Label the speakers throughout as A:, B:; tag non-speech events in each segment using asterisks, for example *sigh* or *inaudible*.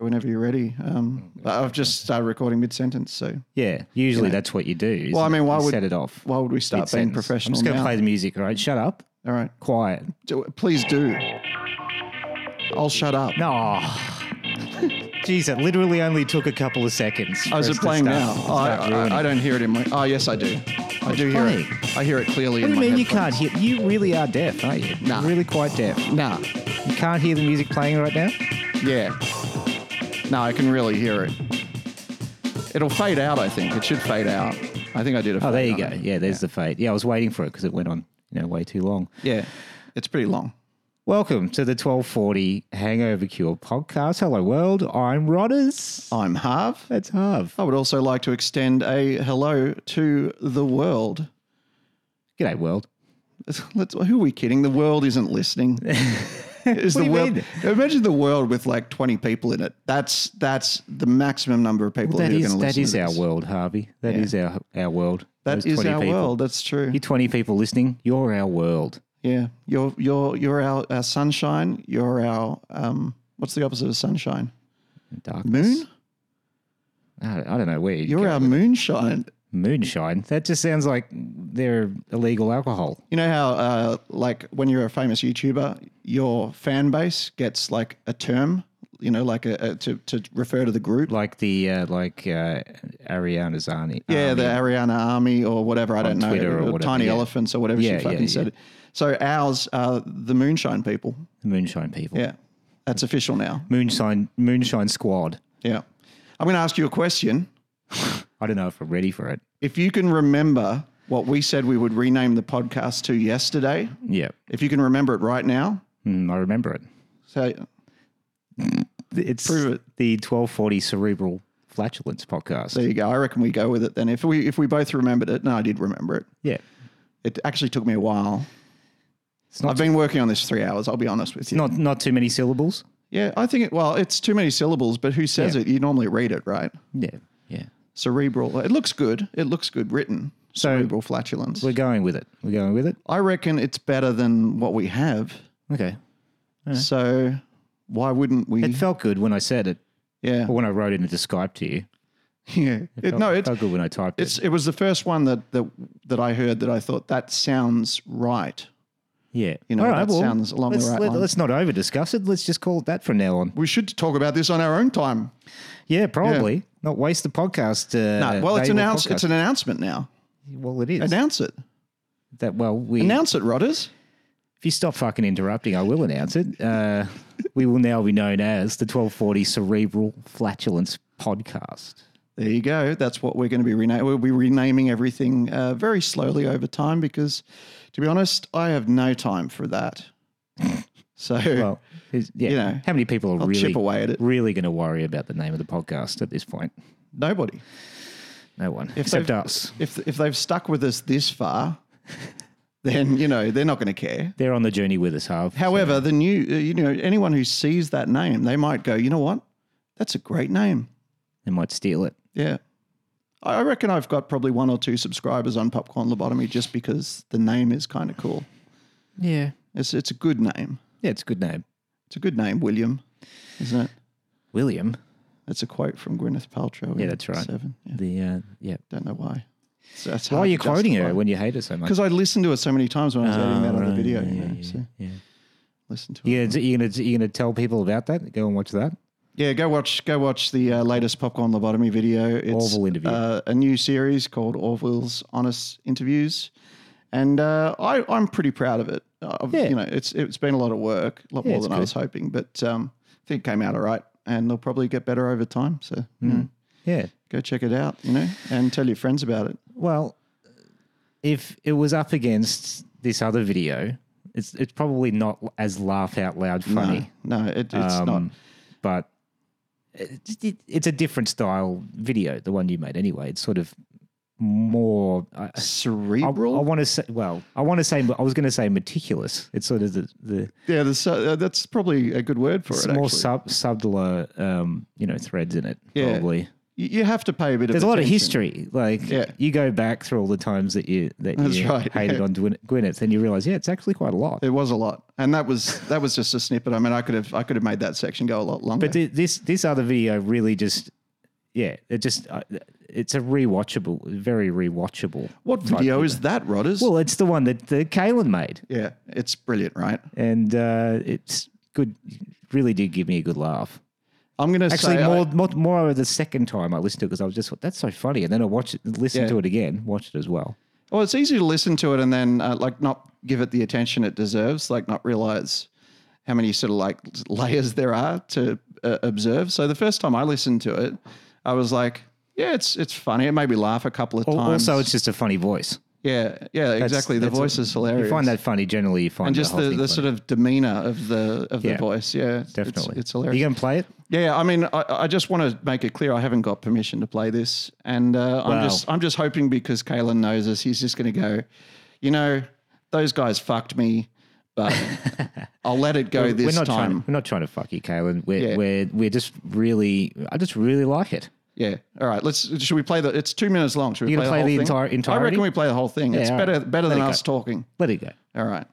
A: whenever you're ready. Um, I've just started recording mid sentence, so
B: Yeah, usually that's what you do. isn't
A: Well, I mean,
B: it?
A: why
B: You
A: would-
B: set it off?
A: why would we start
B: It's
A: being professional
B: I'm just going to
A: now?
B: play the music. All right, shut up.
A: All right,
B: Quiet.
A: Do- please do. I'll shut up.
B: No.
A: *laughs*
B: Jeez, it literally only took a couple of seconds.
A: I was
B: for us
A: just
B: to
A: Oh, playing
B: start-
A: now.
B: start
A: Oh, I,
B: ruining.
A: I, I don't hear it in my. Oh yes, I do. I do hear
B: playing?
A: it. I hear it clearly.
B: what do
A: in
B: you
A: my
B: mean you can't
A: headphones.
B: hear? You really are deaf, aren't you?
A: Nah.
B: You're really quite deaf.
A: Nah.
B: You can't hear the music playing right now.
A: Yeah. No, I can really hear it. It'll fade out. I think it should fade out. I think I did a.
B: Oh, there
A: fade
B: you go.
A: on it.
B: Yeah, there's the fade. Yeah, I was waiting for it because it went on, you know, way too long.
A: Yeah, it's pretty long.
B: Welcome to the 1240 Hangover Cure podcast. Hello, world. I'm Rodders.
A: I'm half.
B: That's Harv.
A: I would also like to extend a hello to the world.
B: G'day, world.
A: Let's, who are we kidding? The world isn't
B: *laughs*
A: listening. Is
B: What
A: the
B: do you
A: world?
B: mean?
A: Imagine the world with like twenty people in it. That's that's the maximum number of people
B: That
A: who are
B: is
A: going to
B: that
A: listen.
B: is
A: to
B: our
A: this.
B: world, Harvey. That is our our world.
A: That
B: Those
A: is
B: 20
A: our
B: people.
A: world. That's true.
B: You twenty people listening, you're our world.
A: yeah, you're you're you're our, our sunshine. You're our um. What's the opposite of sunshine?
B: Darkness.
A: Moon.
B: I, I don't know where you
A: You're our moonshine.
B: moonshine. That just sounds like they're illegal alcohol.
A: You know how, uh, like, when you're a famous YouTuber, your fan base gets like a term, you know, like a, a to to refer to the group.
B: Like the uh, like uh, Ariana Zani.
A: yeah,
B: Um,
A: the Ariana Army or whatever. I don't know. uh,
B: Twitter or whatever,
A: Tiny
B: yeah.
A: elephants or whatever
B: Yeah,
A: she
B: yeah,
A: fucking
B: yeah.
A: said. So ours are the moonshine people.
B: the moonshine people.
A: Yeah, that's official now.
B: Moonshine moonshine squad.
A: Yeah, I'm going to ask you a question.
B: I don't know if I'm ready for it.
A: If you can remember what we said we would rename the podcast to yesterday,
B: Yeah,
A: if you can remember it right now,
B: Mm, I remember it.
A: so
B: It's
A: Prove it.
B: the 1240 cerebral flatulence podcast.
A: there you go. I reckon we go with it then. If we if we both remembered it, no, I did remember it.
B: yeah,
A: It actually took me a while.
B: It's not-
A: I've been working on this three hours. I'll be honest with you.
B: not not too many syllables.
A: yeah, I think it. Well, it's too many syllables, but who says
B: Yeah.
A: it? You normally read it, right?
B: Yeah, yeah.
A: Cerebral. It looks good. It looks good written.
B: So-
A: Cerebral flatulence.
B: We're going with it. We're going with it.
A: I reckon it's better than what we have.
B: Okay.
A: So why wouldn't we?
B: It felt good when I said it,
A: yeah,
B: or when I wrote it into Skype to you.
A: *laughs* yeah. It, no,
B: it
A: it's
B: felt good when I typed it.
A: it's it was the first one that that that I heard that I thought that sounds right.
B: Yeah.
A: you know, that sounds along the
B: let's,
A: right
B: let,
A: lines.
B: us not over discuss it. Let's just call it that from now on.
A: We should talk about this on our own time.
B: Yeah, probably. Not waste the podcast. Uh,
A: No, well, it's
B: valuable
A: announced.
B: podcast.
A: It's an announcement now.
B: well, it is.
A: Announce it.
B: that, well, we,
A: Announce it, Rodders.
B: if you stop fucking interrupting, I will announce it. Uh, we will now be known as the 1240 Cerebral Flatulence Podcast.
A: There you go. That's what we're going to be renaming. We'll be renaming everything uh, very slowly over time because, to be honest, I have no time for
B: *laughs*
A: that. So
B: Well, is- yeah.
A: You know,
B: how many people are
A: I'll
B: really,
A: chip away at it.
B: really going to worry about the name of the podcast at this point?
A: nobody.
B: No one,
A: If
B: except
A: they've-
B: us.
A: If if they've stuck with us this
B: *laughs*
A: far, then you know they're not going to care.
B: They're on the journey with us, Harv.
A: However, the new uh, you know anyone who sees that name, they might go, you know what, that's a great name.
B: They might steal it.
A: Yeah. I I reckon I've got probably one or two subscribers on Popcorn Lobotomy just because the name is kind of cool.
B: Yeah.
A: It's it's a good name.
B: Yeah, it's a good name.
A: It's a good name, William, isn't it?
B: William.
A: That's a quote from Gwyneth Paltrow. in
B: Yeah, that's right.
A: Seven. Yeah,
B: The uh, yeah.
A: don't know why. So that's
B: Why are you quoting her Oh, when you hate her so much?
A: Because I listened to it so many times when I was editing that other video. you know, so
B: Ah, yeah.
A: listen to it.
B: You're gonna, you're gonna you're gonna tell people about that. Go and watch that.
A: Yeah, go watch go watch the uh, latest popcorn lobotomy video. It's
B: Orville interview.
A: Uh, a new series called Orville's Honest Interviews, and uh, I, I'm pretty proud of it. I've,
B: Yeah.
A: You know, it's it's been a lot of work, a lot more
B: it's
A: than I was hoping, but um, I think it came out all right, and they'll probably get better over time. So you
B: Hmm.
A: know,
B: Yeah.
A: go check it out, you know, and tell your friends about it.
B: Well, if it was up against this other video, it's it's probably not as laugh out loud funny.
A: No, it, it's not.
B: Um, But it, it, it's a different style video, the one you made anyway. It's sort of more. I, I,
A: Cerebral,
B: want to say. Well, I want to say. I was going to say meticulous. It's sort of the the
A: yeah. There's, uh, that's probably a good word for
B: it's
A: it.
B: more
A: actually.
B: sub, subtler, um, you know, threads in it.
A: Yeah.
B: Probably.
A: you, you have to pay a bit of
B: There's a lot of
A: attention.
B: history. Like
A: Yeah.
B: you go back through all the times that you that
A: That's
B: you
A: right,
B: hated
A: yeah.
B: on Gwyn- Gwyneth, and you realize, yeah, it's actually quite a lot.
A: There was a lot, and that was that was just a snippet. I mean, I could have I could have made that section go a lot longer.
B: But thi- this this other video really just, yeah, it just uh, it's a rewatchable, very rewatchable.
A: what video is that, Rodders?
B: Well, it's the one that the Kalen made,
A: yeah, it's brilliant, right?
B: and uh, it's good. Really did give me a good laugh.
A: I'm gonna
B: Actually,
A: say I-
B: more, more more the second time I listened to it because I was just that's so funny, and then I watched it, listened
A: Yeah.
B: to it again, watched it as well.
A: Well, it's easy to listen to it and then uh, like not give it the attention it deserves, like not realize how many sort of like layers there are to uh, observe. So the first time I listened to it, I was like, yeah, it's it's funny. It made me laugh a couple of
B: Al-
A: times.
B: Also, it's just a funny voice.
A: yeah, yeah, exactly. The
B: that's a-
A: voice is hilarious.
B: You find that funny generally. You find
A: and just
B: whole
A: the,
B: thing
A: the
B: funny.
A: sort of demeanor of the of
B: Yeah.
A: the voice. Yeah, it's-
B: definitely
A: it's, hilarious.
B: You gonna play it?
A: Yeah, yeah, I mean, I, I just want to make it clear I haven't got permission to play this, and uh, I'm
B: Wow.
A: just I'm just hoping because Kalen knows us, he's just going to go, you know, those guys fucked me,
B: *laughs*
A: but I'll let it go this
B: we're not
A: time.
B: trying. To, we're not trying to fuck you, Kalen. We're
A: Yeah.
B: we're we're just really. I just really like it.
A: Yeah. All right. Let's. Should we play the? It's two minutes long. Should we
B: You
A: play,
B: gonna
A: the, whole
B: play the
A: thing?
B: entire-
A: I
B: entirety?
A: reckon we play the whole thing. it's
B: all right.
A: better better than
B: Let it
A: us talking.
B: Let it go.
A: All right.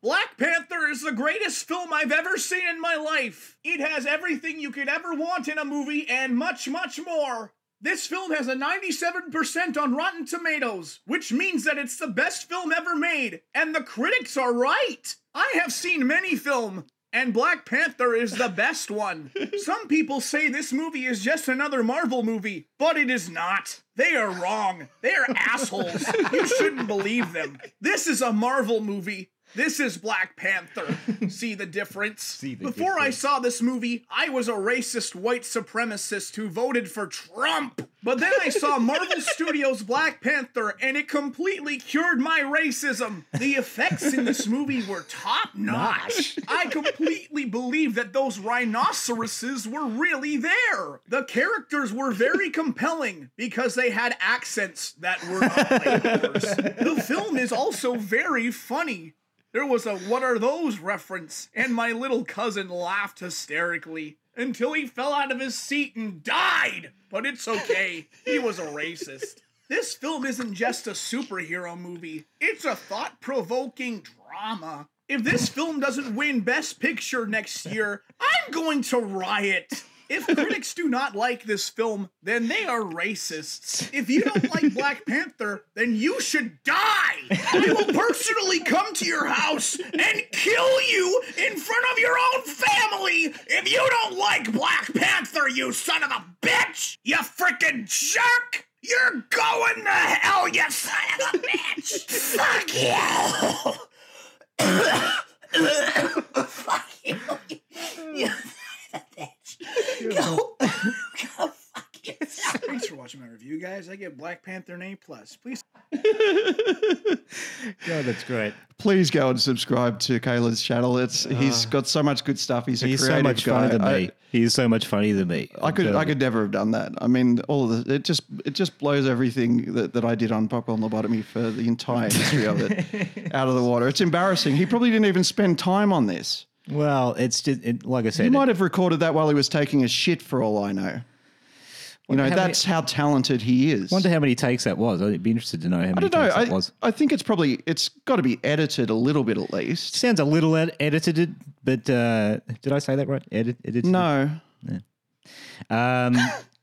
C: Black Panther is the greatest film I've ever seen in my life. It has everything you could ever want in a movie and much, much more. This film has a 97% on Rotten Tomatoes, which means that it's the best film ever made, and the critics are right. I have seen many film, and Black Panther is the best one. Some people say this movie is just another Marvel movie, but it is not. They are wrong. They are assholes. You shouldn't believe them. This is a Marvel movie. This is Black Panther. *laughs* See the difference? Before I saw this movie, I was a racist white supremacist who voted for Trump. But then I *laughs* saw Marvel Studios' Black Panther, and it completely cured my racism. The effects in this movie were top notch. I completely believed that those rhinoceroses were really there. The characters were very compelling because they had accents that were *laughs* not The film is also very funny. There was a what are those reference, and my little cousin laughed hysterically until he fell out of his seat and died. But it's okay, he was a racist. This film isn't just a superhero movie, it's a thought provoking drama. If this film doesn't win Best Picture next year, I'm going to riot. If critics do not like this film, then they are racists. If you don't like Black Panther, then you should die. I will personally come to your house and kill you in front of your own family if you don't like Black Panther, you son of a bitch! You frickin' jerk! You're going to hell, you son of a bitch! Fuck you! Fuck you! You go, go fuck yourself. Thanks for watching my review, guys. I get Black Panther an A plus. Please.
B: Yeah, that's great.
A: Please go and subscribe to Kalen's channel. It's he's got so much good stuff. He's a
B: Uh, He's so
A: creative
B: much
A: guy.
B: funnier than
A: I-
B: me. He's so much funnier than me.
A: I could I could never have done that. I mean, all of the it just it just blows everything that, that I did on popcorn lobotomy for the entire history of
B: *laughs*
A: it out of the water. It's embarrassing. He probably didn't even spend time on this.
B: Well, it's just it, like I said.
A: He might have recorded that while he was taking a shit, for all I know. You know,
B: how many-
A: that's how talented he is.
B: I wonder how many takes that was. I'd be interested to know how
A: I
B: many
A: don't know.
B: takes that
A: I,
B: was.
A: I think it's probably it's got to be edited a little bit at least.
B: Sounds a little ed- edited, but uh, did I say that right? Edit, edited.
A: No,
B: Um,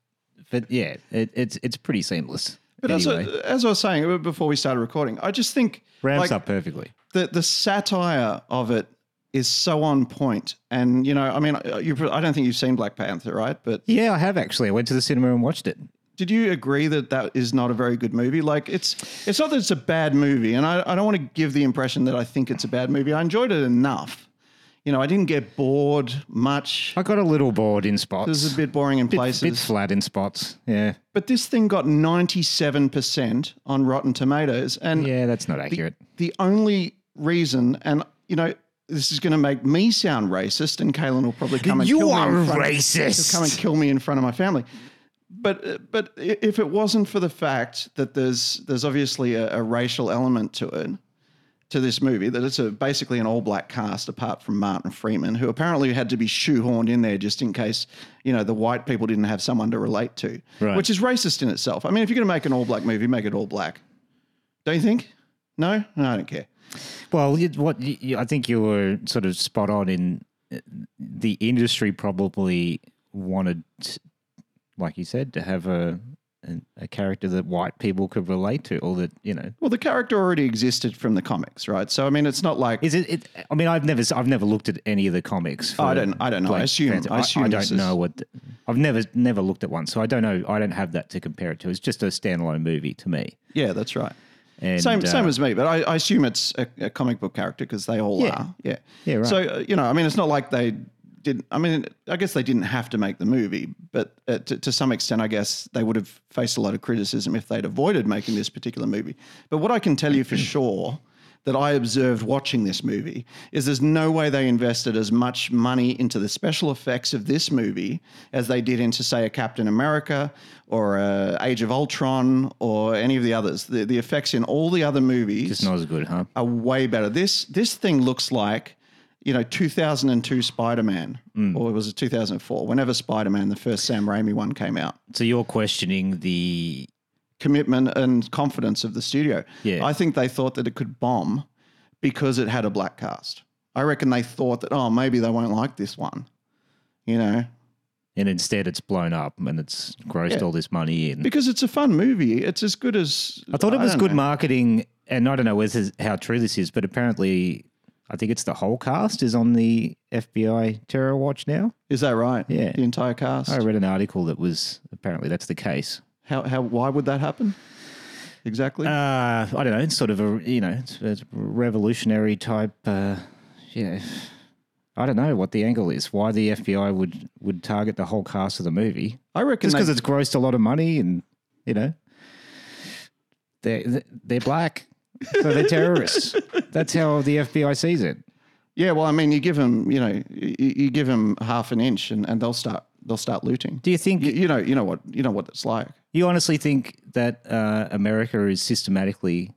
B: *laughs* but yeah, it, it's it's pretty seamless.
A: but
B: anyway,
A: as, I, as I was saying uh, before we started recording, I just think
B: ramps
A: like,
B: up perfectly.
A: the the satire of it is so on point and you know i mean you i don't think you've seen black panther right but
B: Yeah, I have actually. I went to the cinema and watched it.
A: did you agree that that is not a very good movie like it's it's not that it's a bad movie and i, I don't want to give the impression that i think it's a bad movie i enjoyed it enough you know i didn't get bored much
B: I got a little bored
A: it
B: in
A: was
B: spots.
A: a bit boring in
B: It's a bit
A: places
B: flat in spots. Yeah,
A: but this thing got 97% on rotten tomatoes and
B: yeah, that's not accurate.
A: the only reason, and you know, this is going to make me sound racist, and Kalen will probably come and
B: You
A: kill
B: are
A: me in front
B: racist.
A: Of, he'll come and kill me in front of my family. But but i- if it wasn't for the fact that there's there's obviously a, a racial element to it, to this movie that it's a, basically an all black cast apart from Martin Freeman, who apparently had to be shoehorned in there just in case, you know, the white people didn't have someone to relate to,
B: Right.
A: which is racist in itself. I mean, if you're going to make an all black movie, make it all black. Don't you think? No? No, I don't care.
B: Well, you- what you, you- I think you were sort of spot on in uh, the industry probably wanted, like you said, to have a a, a character that white people could relate to, or that you know.
A: Well, the character already existed from the comics, right? So, I mean, it's not like.
B: Is it, it? I mean, I've never, s- I've never looked at any of the comics.
A: I
B: for
A: don't- I don't know. I
B: Black
A: assume-
B: Panther.
A: I assume
B: don't
A: this is-
B: know what. the- I've never, never looked at one, so I don't know. I don't have that to compare it to. It's just a standalone movie to me.
A: yeah, that's right.
B: And,
A: same,
B: uh,
A: same as me, but I, I assume it's a, a comic book character because they all
B: Yeah.
A: are. Yeah,
B: Yeah, right.
A: So uh, you know, I mean, it's not like they didn't. I mean, I guess they didn't have to make the movie, but uh, to, to some extent, I guess they would have faced a lot of criticism if they'd avoided making this particular movie. But what I can tell you for sure that I observed watching this movie is there's no way they invested as much money into the special effects of this movie as they did into say a Captain America or a Age of Ultron or any of the others. The, the effects in all the other movies
B: It's not as good, huh?
A: are way better. This this thing looks like, you know, 2002 Spider Man,
B: Mm.
A: or was it 2004? Whenever Spider Man, the first Sam Raimi one came out,
B: So you're questioning the
A: commitment and confidence of the studio.
B: Yeah.
A: I think they thought that it could bomb because it had a black cast. I reckon they thought that oh maybe they won't like this one, you know,
B: and instead it's blown up and it's grossed
A: Yeah.
B: all this money in.
A: because it's a fun movie. It's as good as
B: I thought it was
A: don't
B: good
A: know.
B: marketing, and I don't know whether how true this is, but apparently, I think it's the whole cast is on the FBI terror watch now.
A: Is that right?
B: Yeah.
A: the entire cast.
B: I read an article that was apparently that's the case.
A: How how why would that happen? Exactly.
B: Uh, I don't know. It's sort of a you know it's, it's revolutionary type. Uh, yeah, I don't know what the angle is. Why the FBI would would target the whole cast of the movie?
A: I reckon
B: Just
A: they-
B: because it's grossed a lot of money and you know they're they're black so they're *laughs* terrorists that's how the fbi sees it
A: Yeah, well, I mean, you give them, you know, you, you give them half an inch, and, and they'll start they'll start looting.
B: do you think
A: You, you know, you know what you know what it's like.
B: you honestly think that uh, america is systematically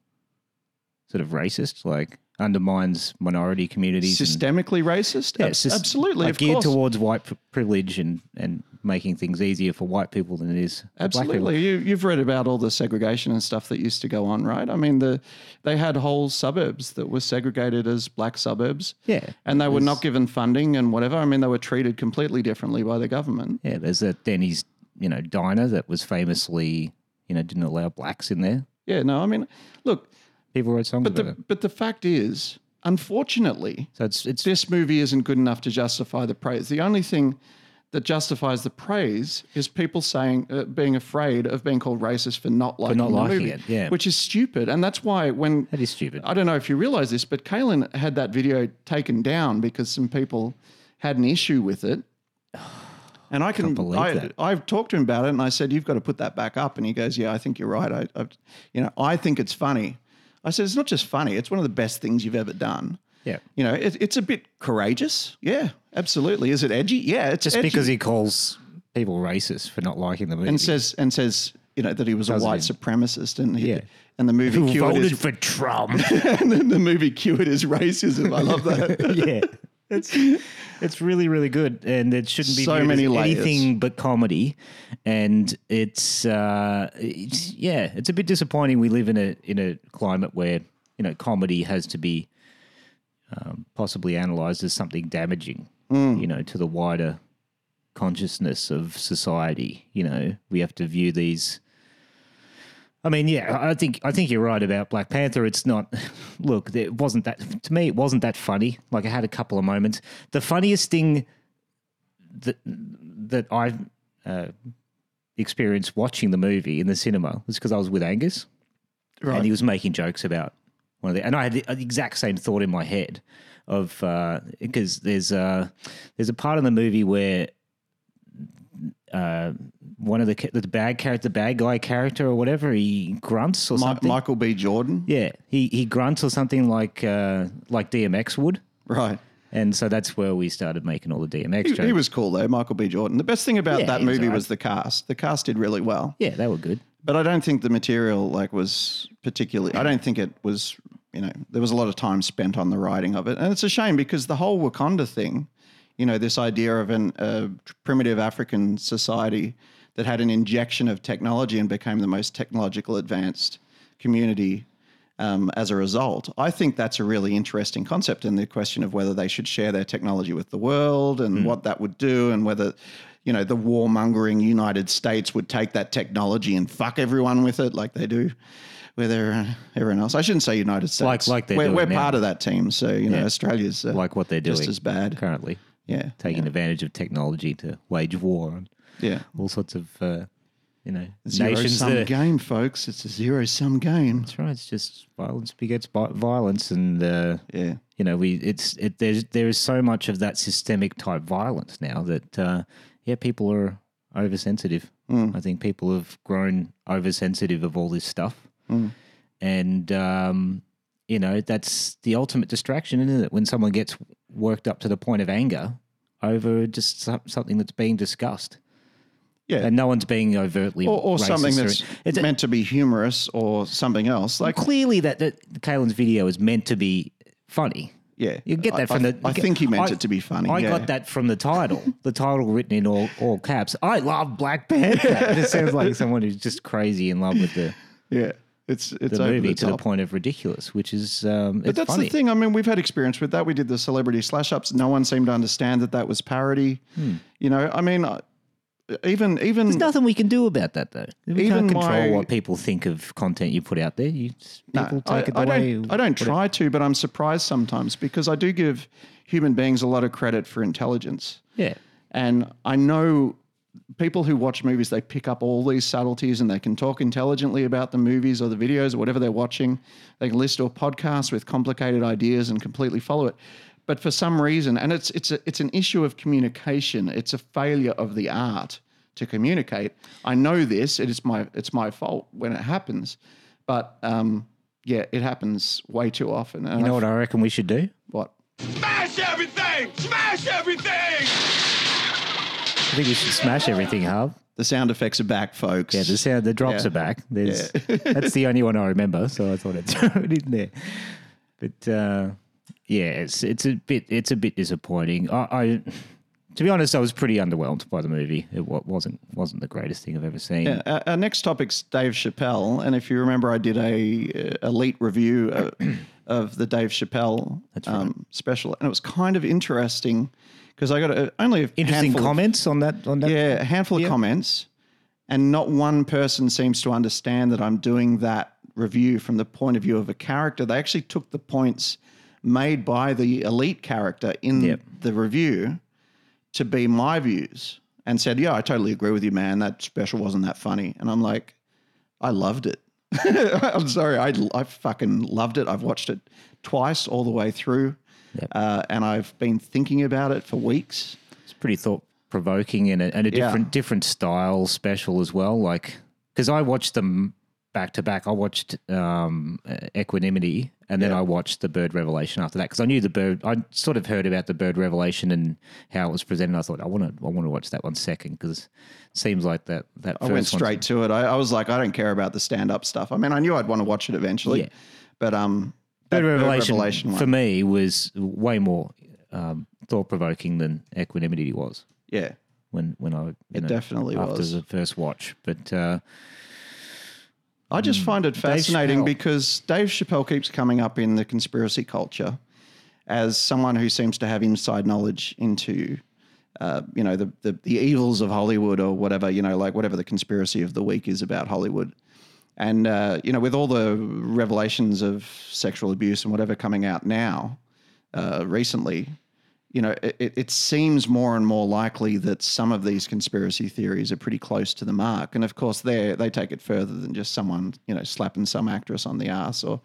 B: sort of racist like undermines minority communities and-
A: Systemically racist,
B: Yeah,
A: Ab-
B: it's just,
A: absolutely,
B: like,
A: of
B: geared
A: course,
B: towards white pri- privilege and and making things easier for white people than it is for black people.
A: absolutely. You you've read about all the segregation and stuff that used to go on, right? I mean, the they had whole suburbs that were segregated as black suburbs.
B: Yeah.
A: and they were not given funding and whatever. I mean, they were treated completely differently by the government.
B: yeah there's that denny's you know diner that was famously you know didn't allow blacks in there
A: Yeah, no, I mean, look,
B: people wrote songs
A: but
B: about
A: the
B: it
A: but the fact is, unfortunately,
B: So it's it's
A: this movie isn't good enough to justify the praise. The only thing that justifies the praise is people saying uh, being afraid of being called racist for not liking,
B: not
A: the
B: liking
A: movie,
B: it, yeah.
A: which is stupid. And that's why when
B: that is stupid.
A: I don't know if you realize this, but Kalen had that video taken down because some people had an issue with
B: *sighs*
A: it. And I can,
B: believe
A: I,
B: that.
A: I've talked to him about it, and I said, "You've got to put that back up." And he goes, "Yeah, I think you're right. I, I you know, I think it's funny." I said, "It's not just funny; it's one of the best things you've ever done."
B: yeah,
A: you know, it, it's a bit courageous. Yeah, absolutely. Is it edgy? Yeah, it's
B: just
A: edgy.
B: because he calls people racist for not liking the movie
A: and says and says you know that he was a white supremacist and he,
B: Yeah.
A: and the movie
B: who
A: cured
B: voted
A: his,
B: for Trump.
A: and then *laughs* the movie cured his racism. I love *laughs*
B: *laughs*
A: that.
B: yeah, it's it's really really good, and it shouldn't be
A: So
B: viewed
A: many
B: as
A: layers.
B: anything but comedy. And it's, uh, it's yeah, it's a bit disappointing. We live in a in a climate where you know comedy has to be um, possibly analysed as something damaging,
A: Hmm.
B: you know, to the wider consciousness of society. You know, we have to view these. I mean, yeah, I think I think you're right about Black Panther. It's not. Look, it wasn't that to me. It wasn't that funny. Like I had a couple of moments. The funniest thing that that I uh, experienced watching the movie in the cinema was because I was with Angus,
A: Right.
B: and he was making jokes about one of the. And I had the exact same thought in my head of because there's a there's a part in the movie where uh, one of the ca- the bad character, the bad guy character or whatever, he grunts or
A: Mi-
B: something.
A: Michael B. Jordan.
B: Yeah, he he grunts or something like uh, like DMX would,
A: Right.
B: and so that's where we started making all the DMX
A: He,
B: jokes.
A: he was cool though, Michael B. Jordan. The best thing about
B: Yeah,
A: that
B: he was
A: movie
B: alright.
A: was the cast. The cast did really well,
B: yeah, they were good.
A: but I don't think the material like was particularly. I don't think it was you know, there was a lot of time spent on the writing of it. And it's a shame because the whole Wakanda thing, you know, this idea of an uh, primitive African society that had an injection of technology and became the most technological advanced community um, as a result. I think that's a really interesting concept and the question of whether they should share their technology with the world
B: Hmm.
A: and what that would do and whether, you know, the warmongering United States would take that technology and fuck everyone with it like they do with everyone everyone else. I shouldn't say United States.
B: Like- like they're
A: we're,
B: doing
A: we're
B: now.
A: part of that team. So, you know,
B: Yeah.
A: Australia's uh,
B: like what they're doing
A: just as bad.
B: currently,
A: Yeah.
B: taking advantage of technology to wage war on
A: Yeah.
B: all sorts of uh, you know
A: Zero
B: nations.
A: sum
B: that-
A: game, folks. It's a zero sum game.
B: That's right. It's just violence begets vi- violence, and uh,
A: Yeah.
B: you know we it's it, there's there is so much of that systemic type violence now that uh, yeah people are oversensitive.
A: Mm.
B: I think people have grown oversensitive of all this stuff,
A: Mm.
B: and um, you know that's the ultimate distraction, isn't it? When someone gets worked up to the point of anger over just so- something that's being discussed.
A: Yeah.
B: and no one's being overtly
A: or, or something
B: racist or-
A: that's
B: It's a-
A: meant to be humorous or something else. Like,
B: clearly that that Kalen's video is meant to be funny.
A: yeah,
B: You get
A: I-
B: that from
A: I,
B: the.
A: I think he meant
B: I-
A: it to be funny.
B: I
A: yeah.
B: got that from the title. the title written in all, all caps. I love
A: *laughs*
B: Black Panther. it sounds like someone who's just crazy in love with the,
A: Yeah, it's it's
B: the
A: over
B: movie
A: the
B: to the
A: top.
B: point of ridiculous, which is um,
A: But that's the thing. I mean, we've had experience with that. We did the celebrity slash ups. No one seemed to understand that that was parody.
B: Hmm.
A: You know, I mean, I- even even
B: There's nothing we can do about that though. We
A: Even
B: can't
A: my-
B: control what people think of content you put out there. You just,
A: No,
B: people
A: I,
B: take it the
A: I
B: way.
A: don't, I don't try to, but I'm surprised sometimes because I do give human beings a lot of credit for intelligence.
B: Yeah.
A: And I know people who watch movies, they pick up all these subtleties and they can talk intelligently about the movies or the videos or whatever they're watching. They can listen to a podcast with complicated ideas and completely follow it. But for some reason, and it's it's a, it's an issue of communication. It's a failure of the art to communicate. I know this. It is my it's my fault when it happens, but um, yeah, it happens way too often. And
B: You know
A: I-
B: what I reckon we should do?
A: what?
D: Smash everything! Smash everything!
B: I think we should smash everything, Harv.
A: The sound effects are back, folks.
B: Yeah, the sound, the drops
A: Yeah.
B: are back. There's, that's the only one I remember, so I thought I'd *laughs* throw it in there. But uh, yeah, it's it's a bit it's a bit disappointing. I, I to be honest, I was pretty underwhelmed by the movie. It wa- wasn't wasn't the greatest thing I've ever seen.
A: Yeah, our, our next topic's Dave Chappelle, and if you remember, I did a uh, elite review
B: *clears throat*
A: uh, of the Dave Chappelle um, special, and it was kind of interesting because I got a, only a
B: Interesting
A: handful of-
B: comments on that on that.
A: yeah, a handful of comments, and not one person seems to understand that I'm doing that review from the point of view of a character. They actually took the points made by the elite character in
B: Yep.
A: the review to be my views and said, "Yeah, I totally agree with you, man. That special wasn't that funny." And I'm like, "I loved it. *laughs* I'm sorry, I I fucking loved it. I've watched it twice all the way through." Uh, and I've been thinking about it for weeks.
B: It's pretty thought provoking and a, and a
A: Yeah.
B: different different style special as well. Like because I watched them back to back. I watched um, uh, Equanimity and then I watched the Bird Revelation after that because I knew the bird. I sort of heard about the Bird Revelation and how it was presented. I thought I want to I want to watch that one second because it seems like that that
A: I went straight to it. I, I was like, I don't care about the stand up stuff. I mean, I knew I'd want to watch it eventually,
B: Yeah.
A: but um,
B: Bird
A: that
B: Revelation,
A: Revelation one,
B: for me was way more um, thought provoking than Equanimity was.
A: yeah,
B: When, when I you
A: It definitely
B: after
A: was.
B: the first watch, but uh,
A: I just find it fascinating
B: Mm. Chappelle.
A: because Dave Chappelle keeps coming up in the conspiracy culture as someone who seems to have inside knowledge into, uh, you know, the, the the evils of Hollywood or whatever, you know, like whatever the conspiracy of the week is about Hollywood. And uh, you know, with all the revelations of sexual abuse and whatever coming out now, uh, recently, you know, it, it- it seems more and more likely that some of these conspiracy theories are pretty close to the mark. And of course, they they take it further than just someone you know slapping some actress on the ass or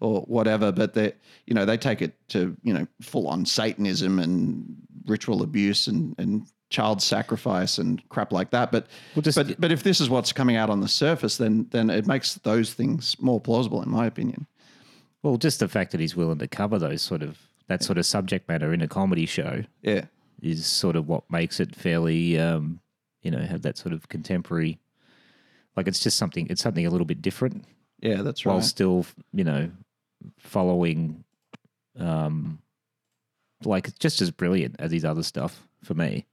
A: or whatever. But they you know they take it to you know full on Satanism and ritual abuse and and child sacrifice and crap like that. But
B: just-
A: but but if this is what's coming out on the surface, then then it makes those things more plausible, in my opinion.
B: Well, just the fact that he's willing to cover those sort of that sort of subject matter in a comedy show
A: Yeah.
B: is sort of what makes it fairly, um, you know, have that sort of contemporary. Like it's just something. It's something a little bit different
A: Yeah, that's right.
B: while still, you know, following, um, like it's just as brilliant as his other stuff for me,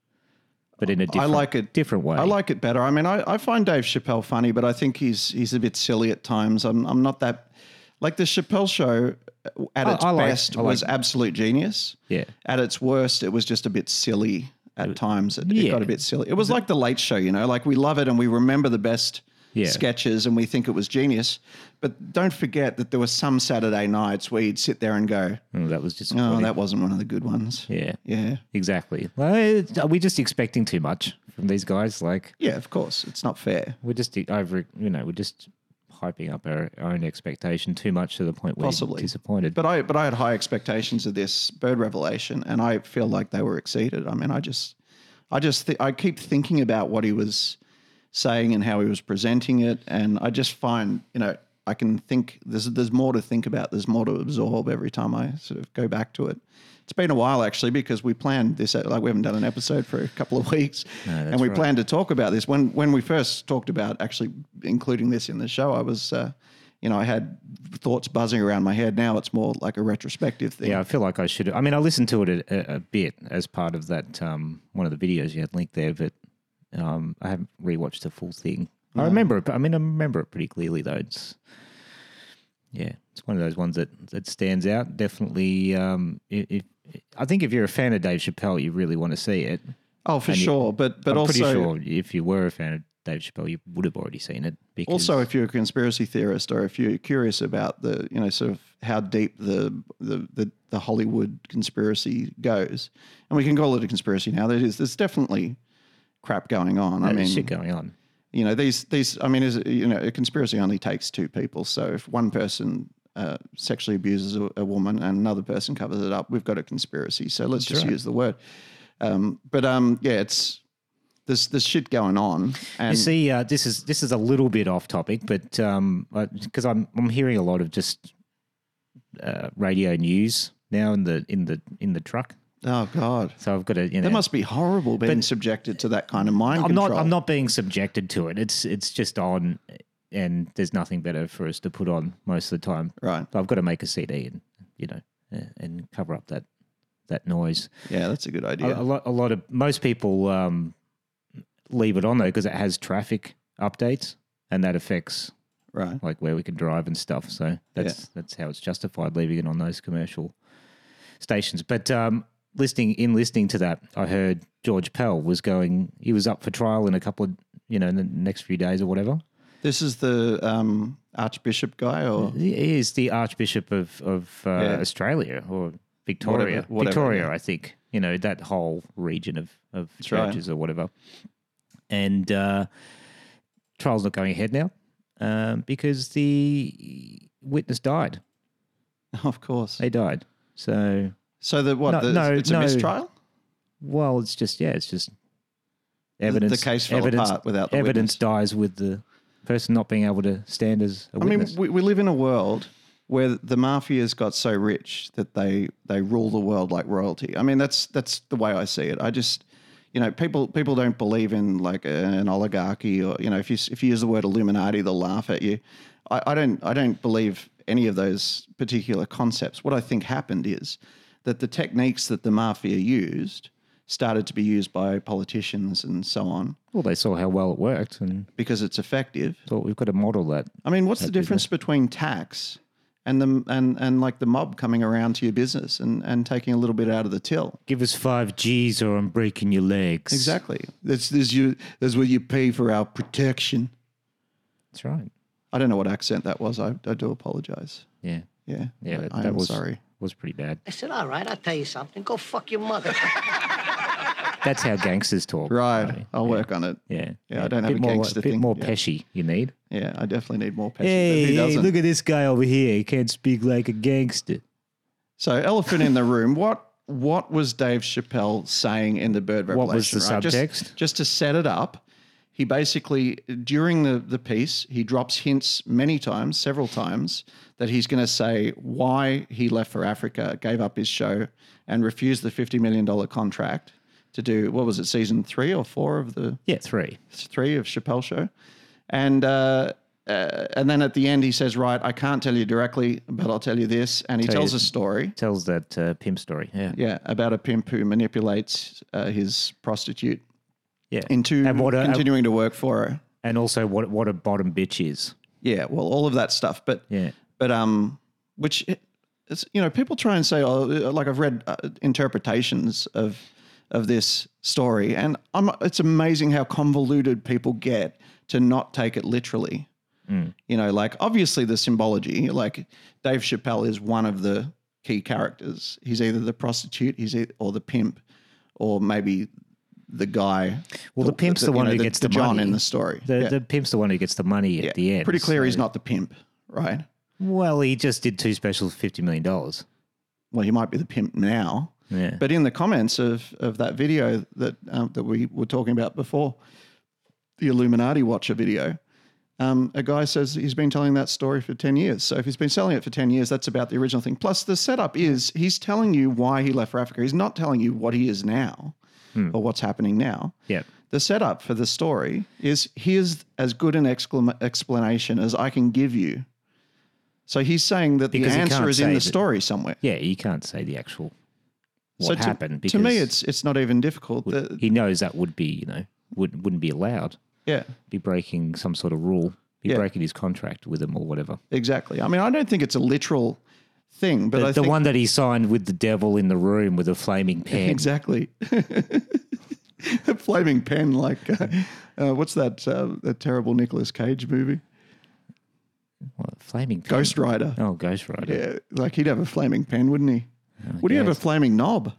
B: but in a different,
A: like it-
B: different way.
A: I like it better. I mean, I, I find Dave Chappelle funny, but I think he's he's a bit silly at times. I'm I'm not that like the Chappelle show uh, at
B: I-
A: its
B: I like-
A: best
B: I like-
A: was absolute genius.
B: yeah,
A: At its worst, it was just a bit silly at times. It, it
B: yeah.
A: got a bit silly. It was like the Late Show, you know. Like we love it and we remember the best
B: Yeah.
A: sketches and we think it was genius, but don't forget that there were some Saturday nights where you'd sit there and go,
B: Mm, that was just
A: "Oh, that wasn't one of the good ones."
B: yeah,
A: Yeah.
B: exactly. Well, it's- are we just expecting too much from these guys? Like
A: Yeah, of course. It's not fair.
B: we're just over, you know, we're just hyping up our own expectation too much to the point where
A: Possibly.
B: we're disappointed.
A: But I but I had high expectations of this bird revelation, and I feel like they were exceeded. I mean, I just I just th- I keep thinking about what he was saying and how he was presenting it, and I just find you know I can think there's there's more to think about, there's more to absorb every time I sort of go back to it. It's been a while actually because we planned this like we haven't done an episode for a couple of *laughs* weeks, and we planned to talk about this when when we first talked about actually including this in the show. I was. Uh, you know, I had thoughts buzzing around my head. Now it's more like a retrospective thing.
B: Yeah, I feel like I should. I mean, I listened to it a, a bit as part of that um, one of the videos you had linked there, but um, I haven't rewatched the full thing. I remember it. but- I mean, I remember it pretty clearly though. It's yeah, it's one of those ones that that stands out. Definitely, um, i if, I think if you're a fan of Dave Chappelle, you really want to see it.
A: Oh, for
B: And you-
A: sure. But but
B: I'm
A: also
B: pretty sure if you were a fan of Dave Chappelle, you would have already seen it. Because,
A: also if you're a conspiracy theorist or if you're curious about the you know sort of how deep the the the, the Hollywood conspiracy goes, and we can call it a conspiracy now. That is, there's definitely crap going on. I
B: there's
A: mean,
B: Oh, shit going on.
A: you know these these i mean is you know a conspiracy only takes two people so if one person uh, sexually abuses a, a woman and another person covers it up we've got a conspiracy so let's just use the word um, but um yeah it's there's there's shit going on and
B: You see, uh, this is this is a little bit off topic, but because I'm I'm hearing a lot of just uh, radio news now in the in the in the truck,
A: oh god
B: so I've got to you know.
A: that must be horrible being subjected to that kind of mind
B: I'm
A: control
B: not I'm not being subjected to it. It's it's just on, and there's nothing better for us to put on most of the time.
A: right
B: But I've got to make a CD and you know uh, and cover up that that noise.
A: yeah that's a good idea
B: A, a lot a lot of most people um, leave it on though because it has traffic updates and that affects
A: right
B: like where we can drive and stuff. So that's that's how it's justified leaving it on those commercial stations. But um, listening in listening to that, I heard George Pell was going. He was up for trial in a couple of you know in the next few days or whatever.
A: this is the um, archbishop guy or
B: *laughs* He is the Archbishop of of uh,
A: Yeah.
B: Australia or Victoria,
A: Whatever- whatever,
B: Victoria,
A: yeah.
B: I think. You know that whole region of of
A: right.
B: churches or whatever. And uh, trial's not going ahead now um, because the witness died.
A: of course
B: They died. So,
A: so the what
B: No,
A: the,
B: no,
A: it's a
B: no.
A: mistrial
B: well, it's just yeah, it's just evidence.
A: case fell
B: evidence,
A: apart without the
B: evidence
A: witness.
B: dies with the person not being able to stand as a
A: I mean,
B: witness.
A: we, we live in a world where the mafia's got so rich that they they rule the world like royalty. I mean, that's that's the way I see it. I just, you know, people people don't believe in like an oligarchy or you know, if you if you use the word Illuminati, they'll laugh at you. I, I don't I don't believe any of those particular concepts. What I think happened is that the techniques that the mafia used started to be used by politicians and so on
B: well, they saw how well it worked and
A: because it's effective.
B: thought we've got to model that.
A: I mean, what's the difference between tax and the and and like the mob coming around to your business and and taking a little bit out of the till?
B: Give us five G's or I'm breaking your legs.
A: Exactly. That's there's you there's what you pay for our protection.
B: That's right.
A: I don't know what accent that was. I, I do apologize.
B: Yeah.
A: Yeah.
B: Yeah.
A: I,
B: That,
A: I
B: that
A: am
B: was
A: sorry.
B: was pretty bad.
E: I said, all right, I'll tell you something. Go fuck your mother.
B: That's how gangsters talk.
A: Right. I'll work on it.
B: Yeah.
A: Yeah, I don't have a
B: more,
A: gangster
B: bit
A: thing.
B: more
A: Yeah.
B: peshy you need.
A: Yeah, I definitely need more passion.
B: Hey,
A: Who
B: hey,
A: doesn't?
B: look at this guy over here. He can't speak like a gangster.
A: So elephant in the room. What what was Dave Chappelle saying in the bird revelation?
B: What was the
A: right? Just-
B: subtext?
A: Just, to set it up, he basically during the the piece he drops hints many times, several times, that he's going to say why he left for Africa, gave up his show, and refused the fifty million dollar contract to do what was it season three or four of the
B: Yeah, three.
A: three of Chappelle Show, and uh, uh, and then at the end, he says, "Right, I can't tell you directly, but I'll tell you this." And he
B: Tell
A: tells
B: you-
A: a story,
B: Tells that uh, pimp story. Yeah.
A: yeah, about a pimp who manipulates uh, his prostitute
B: Yeah.
A: into
B: And what a-
A: continuing to work for her.
B: And also what what a bottom bitch is.
A: Yeah, well, all of that stuff, but
B: Yeah.
A: but um, which it's you know people try and say, oh, like I've read uh, interpretations of of this story, and I'm, it's amazing how convoluted people get to not take it literally.
B: Mm.
A: You know, like obviously the symbology, like Dave Chappelle is one of the key characters. He's either the prostitute, he's e- or the pimp, or maybe the guy.
B: Well, the pimp's the
A: you
B: one
A: know,
B: who gets the
A: John
B: money.
A: in the story.
B: The,
A: Yeah.
B: the pimp's the one who gets the money at the end.
A: Pretty clear
B: so-
A: he's not the pimp, right?
B: Well, he just did two specials, for fifty million dollars.
A: Well, he might be the pimp now,
B: Yeah.
A: but in the comments of of that video that um, that we were talking about before, the Illuminati Watcher video, um, a guy says he's been telling that story for ten years. So if he's been selling it for ten years, that's about the original thing. Plus, the setup is he's telling you why he left for Africa. He's not telling you what he is now
B: Hmm.
A: or what's happening now.
B: yeah.
A: The setup for the story is here's as good an exclam- explanation as I can give you. So he's saying that
B: Because
A: the
B: he
A: answer
B: can't
A: is in
B: say
A: the
B: that-
A: story somewhere.
B: Yeah. You can't say the actual what
A: to,
B: happened
A: to
B: because
A: me, it's uh, it's not even difficult. The-
B: he knows that would be you know would wouldn't be allowed.
A: yeah,
B: Be breaking some sort of rule. Be
A: Yeah.
B: breaking his contract with him or whatever.
A: exactly. I mean, I don't think it's a literal thing, but I
B: The, the
A: think
B: one that he signed with the devil in the room with a flaming pen.
A: exactly. *laughs* The flaming pen, like uh, uh, what's that? Uh, that terrible Nicolas Cage movie,
B: What, flaming pen.
A: Ghost Rider.
B: Oh, Ghost Rider.
A: Yeah, like he'd have a flaming pen, wouldn't he?
B: Oh,
A: would he have a
B: guess.
A: flaming knob?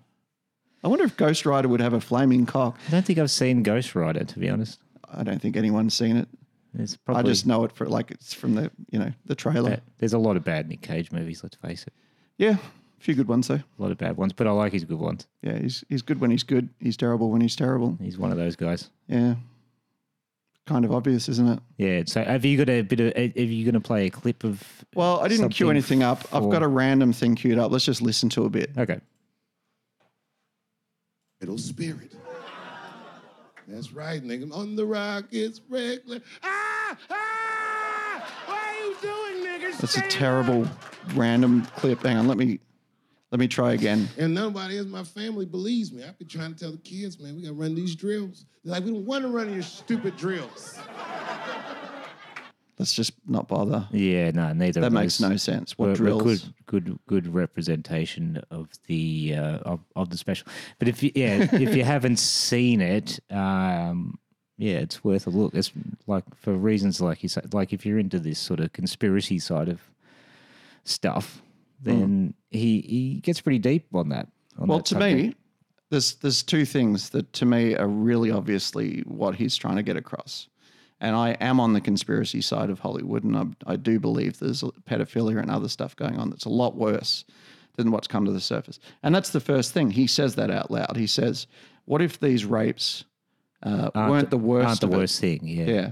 A: I wonder if Ghost Rider would have a flaming cock.
B: I don't think I've seen Ghost Rider to be honest.
A: I don't think anyone's seen it.
B: It's
A: I
B: probably
A: just know it for like it's from the you know the trailer.
B: that- there's a lot of bad Nick Cage movies. Let's face it,
A: Yeah, a few good ones though.
B: a lot of bad ones, but I like his good ones.
A: Yeah, he's he's good when he's good. He's terrible when he's terrible.
B: He's one of those guys.
A: Yeah, kind of obvious, isn't it?
B: Yeah. So have you got a bit of? Are you going to play a clip of?
A: Well, I didn't queue
B: Something
A: anything up. I've
B: for-
A: got a random thing queued up. Let's just listen to a bit.
B: Okay.
F: Little spirit. That's right, nigga. On the rock, it's regular. Ah! Ah! What are you doing, nigga?
A: That's a
F: Stand
A: terrible
F: up.
A: random clip. Hang on, let me let me try again.
F: And nobody in my family believes me. I've been trying to tell the kids, man, we gotta run these drills. They're like, we don't wanna run your stupid drills.
A: Let's just not bother.
B: Yeah. No. Neither.
A: That
B: of
A: makes
B: those
A: no sense.
B: were-
A: What
B: were
A: drills?
B: Good. Good. Good representation of the uh, of of the special. But if you, yeah, if you haven't seen it, um, yeah, it's worth a look. It's like for reasons like you say, like if you're into this sort of conspiracy side of stuff, then he he gets pretty deep on that. on
A: Hmm. Well,
B: that
A: to
B: subject.
A: me, there's there's two things that to me are really obviously what he's trying to get across. And I am on the conspiracy side of Hollywood, and I, I do believe there's pedophilia and other stuff going on that's a lot worse than what's come to the surface. And that's the first thing he says that out loud. He says, "What if these rapes uh, weren't the worst?
B: aren't the
A: of it?"
B: worst thing. Yeah.
A: Yeah.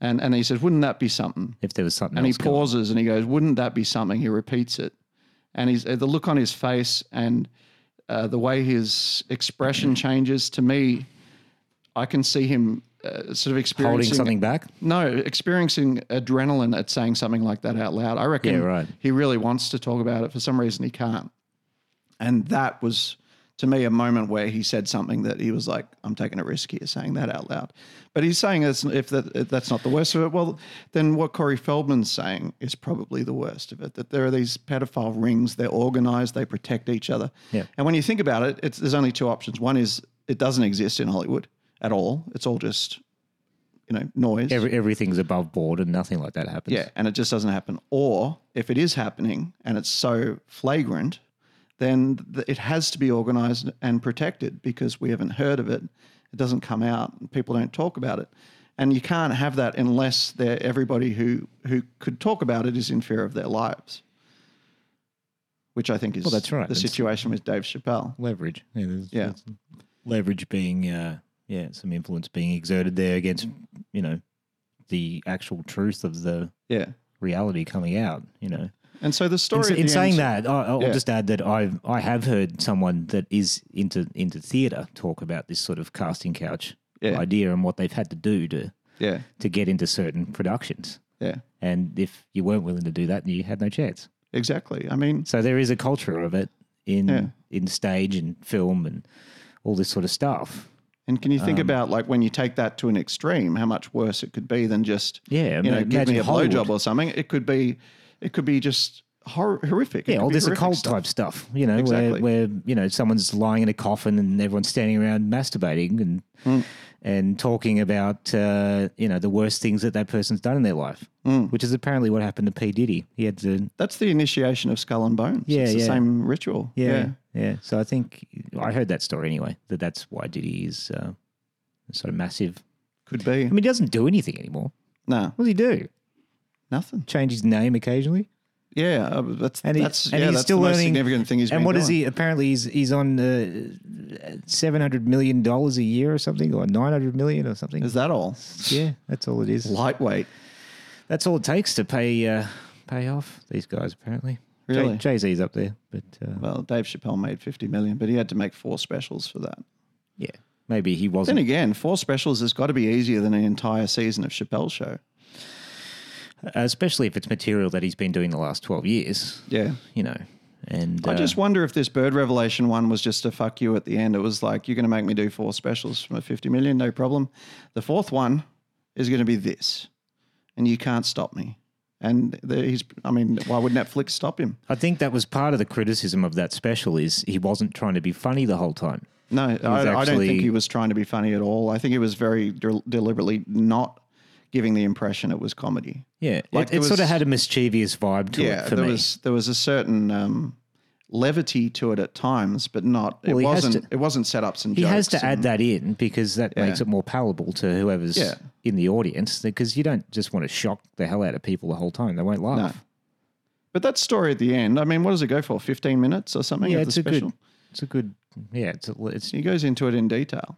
A: And and he says, "Wouldn't that be something?"
B: If there was something
A: and he
B: else going on.
A: pauses and he goes, "Wouldn't that be something?" He repeats it, and he's uh, the look on his face and uh, the way his expression changes. To me, I can see him uh, sort of experiencing
B: holding something back.
A: No, experiencing adrenaline at saying something like that out loud. I reckon
B: Yeah, right.
A: he really wants to talk about it. For some reason, he can't. And that was to me a moment where he said something that he was like, "I'm taking a risk here, saying that out loud." But he's saying that's if that if that's not the worst of it. Well, then what Corey Feldman's saying is probably the worst of it. That there are these pedophile rings. They're organized. They protect each other.
B: Yeah.
A: And when you think about it, it's, there's only two options. One is it doesn't exist in Hollywood at all. It's all just you know noise.
B: Every, everything's above board and nothing like that happens.
A: Yeah, and it just doesn't happen. Or if it is happening and it's so flagrant, then th- it has to be organized and protected because we haven't heard of it. It doesn't come out, and people don't talk about it. And you can't have that unless they're, everybody who, who could talk about it is in fear of their lives, which I think is
B: Well, that's right.
A: the
B: It's-
A: situation with Dave Chappelle.
B: Leverage. Yeah. There's,
A: Yeah.
B: there's leverage being, uh, yeah, some influence being exerted there against, you know, the actual truth of the
A: Yeah.
B: reality coming out, you know.
A: And so the story.
B: In,
A: at
B: in
A: the
B: saying
A: end-
B: that, I, I'll
A: Yeah.
B: just add that I I have heard someone that is into into theatre talk about this sort of casting couch
A: Yeah.
B: idea and what they've had to do to
A: Yeah.
B: to get into certain productions.
A: Yeah.
B: And if you weren't willing to do that, you had no chance.
A: Exactly. I mean,
B: So there is a culture of it in
A: Yeah.
B: in stage and film and all this sort of stuff.
A: and can you
B: Um,
A: think about like when you take that to an extreme, how much worse it could be than just
B: Yeah,
A: you know,
B: imagine
A: give me a
B: Hollywood.
A: blowjob or something. It could be, it could be just hor- horrific. It
B: Yeah, oh,
A: could
B: all
A: be
B: this
A: horrific
B: occult
A: stuff.
B: type stuff, you know,
A: Exactly.
B: where, where you know someone's lying in a coffin and everyone's standing around masturbating and
A: Mm.
B: and talking about uh, you know the worst things that that person's done in their life,
A: Mm.
B: which is apparently what happened to P Diddy. He had to,
A: That's the initiation of skull and bones.
B: Yeah,
A: it's the
B: yeah.
A: same ritual.
B: yeah, yeah, So I think I heard that story anyway. That that's why Diddy is uh, so massive.
A: could
B: I
A: be.
B: mean, he doesn't do anything anymore.
A: No,
B: What does he do?
A: nothing.
B: Change his name occasionally.
A: Yeah, uh, that's
B: and, he,
A: that's
B: and
A: yeah,
B: he's
A: that's
B: still
A: the most
B: earning
A: significant thing he's
B: and
A: been
B: what is
A: doing.
B: he? Apparently, he's he's on uh, seven hundred million dollars a year or something, or nine hundred million or something.
A: Is that all?
B: yeah, that's all it is.
A: Lightweight.
B: That's all it takes to pay uh, pay off these guys. Apparently,
A: Really?
B: Jay Z's up there, but uh,
A: Well, Dave Chappelle made fifty million, but he had to make four specials for that.
B: yeah, maybe he
A: Then
B: wasn't.
A: again, four specials has got to be easier than an entire season of Chappelle's show.
B: especially if it's material that he's been doing the last twelve years.
A: Yeah.
B: you know, and
A: I
B: uh,
A: just wonder if this bird revelation one was just a fuck you at the end. It was like, you're going to make me do four specials from a 50 million, no problem. The fourth one is going to be this, and you can't stop me. And the, he's, I mean, why would Netflix stop him?
B: I think that was part of the criticism of that special is he wasn't trying to be funny the whole time.
A: No, I, I don't
B: actually-
A: think he was trying to be funny at all. I think he was very del- deliberately not giving the impression it was comedy.
B: Yeah,
A: Like,
B: it,
A: there
B: it sort of
A: was-
B: had a mischievous vibe to
A: yeah,
B: it for
A: there
B: me.
A: was there was a certain um, levity to it at times, but not.
B: Well,
A: it
B: he has
A: wasn't.
B: to-
A: it wasn't setups and
B: He has
A: jokes
B: to add
A: and-
B: that in because that makes
A: Yeah.
B: it more palatable to whoever's
A: Yeah.
B: in the audience. Because you don't just want to shock the hell out of people the whole time; they won't laugh.
A: But that story at the end, I mean, what does it go for? Fifteen minutes or something?
B: Yeah,
A: of the
B: it's a
A: special?
B: good. It's a good. Yeah, it's a, it's
A: He goes into it in detail.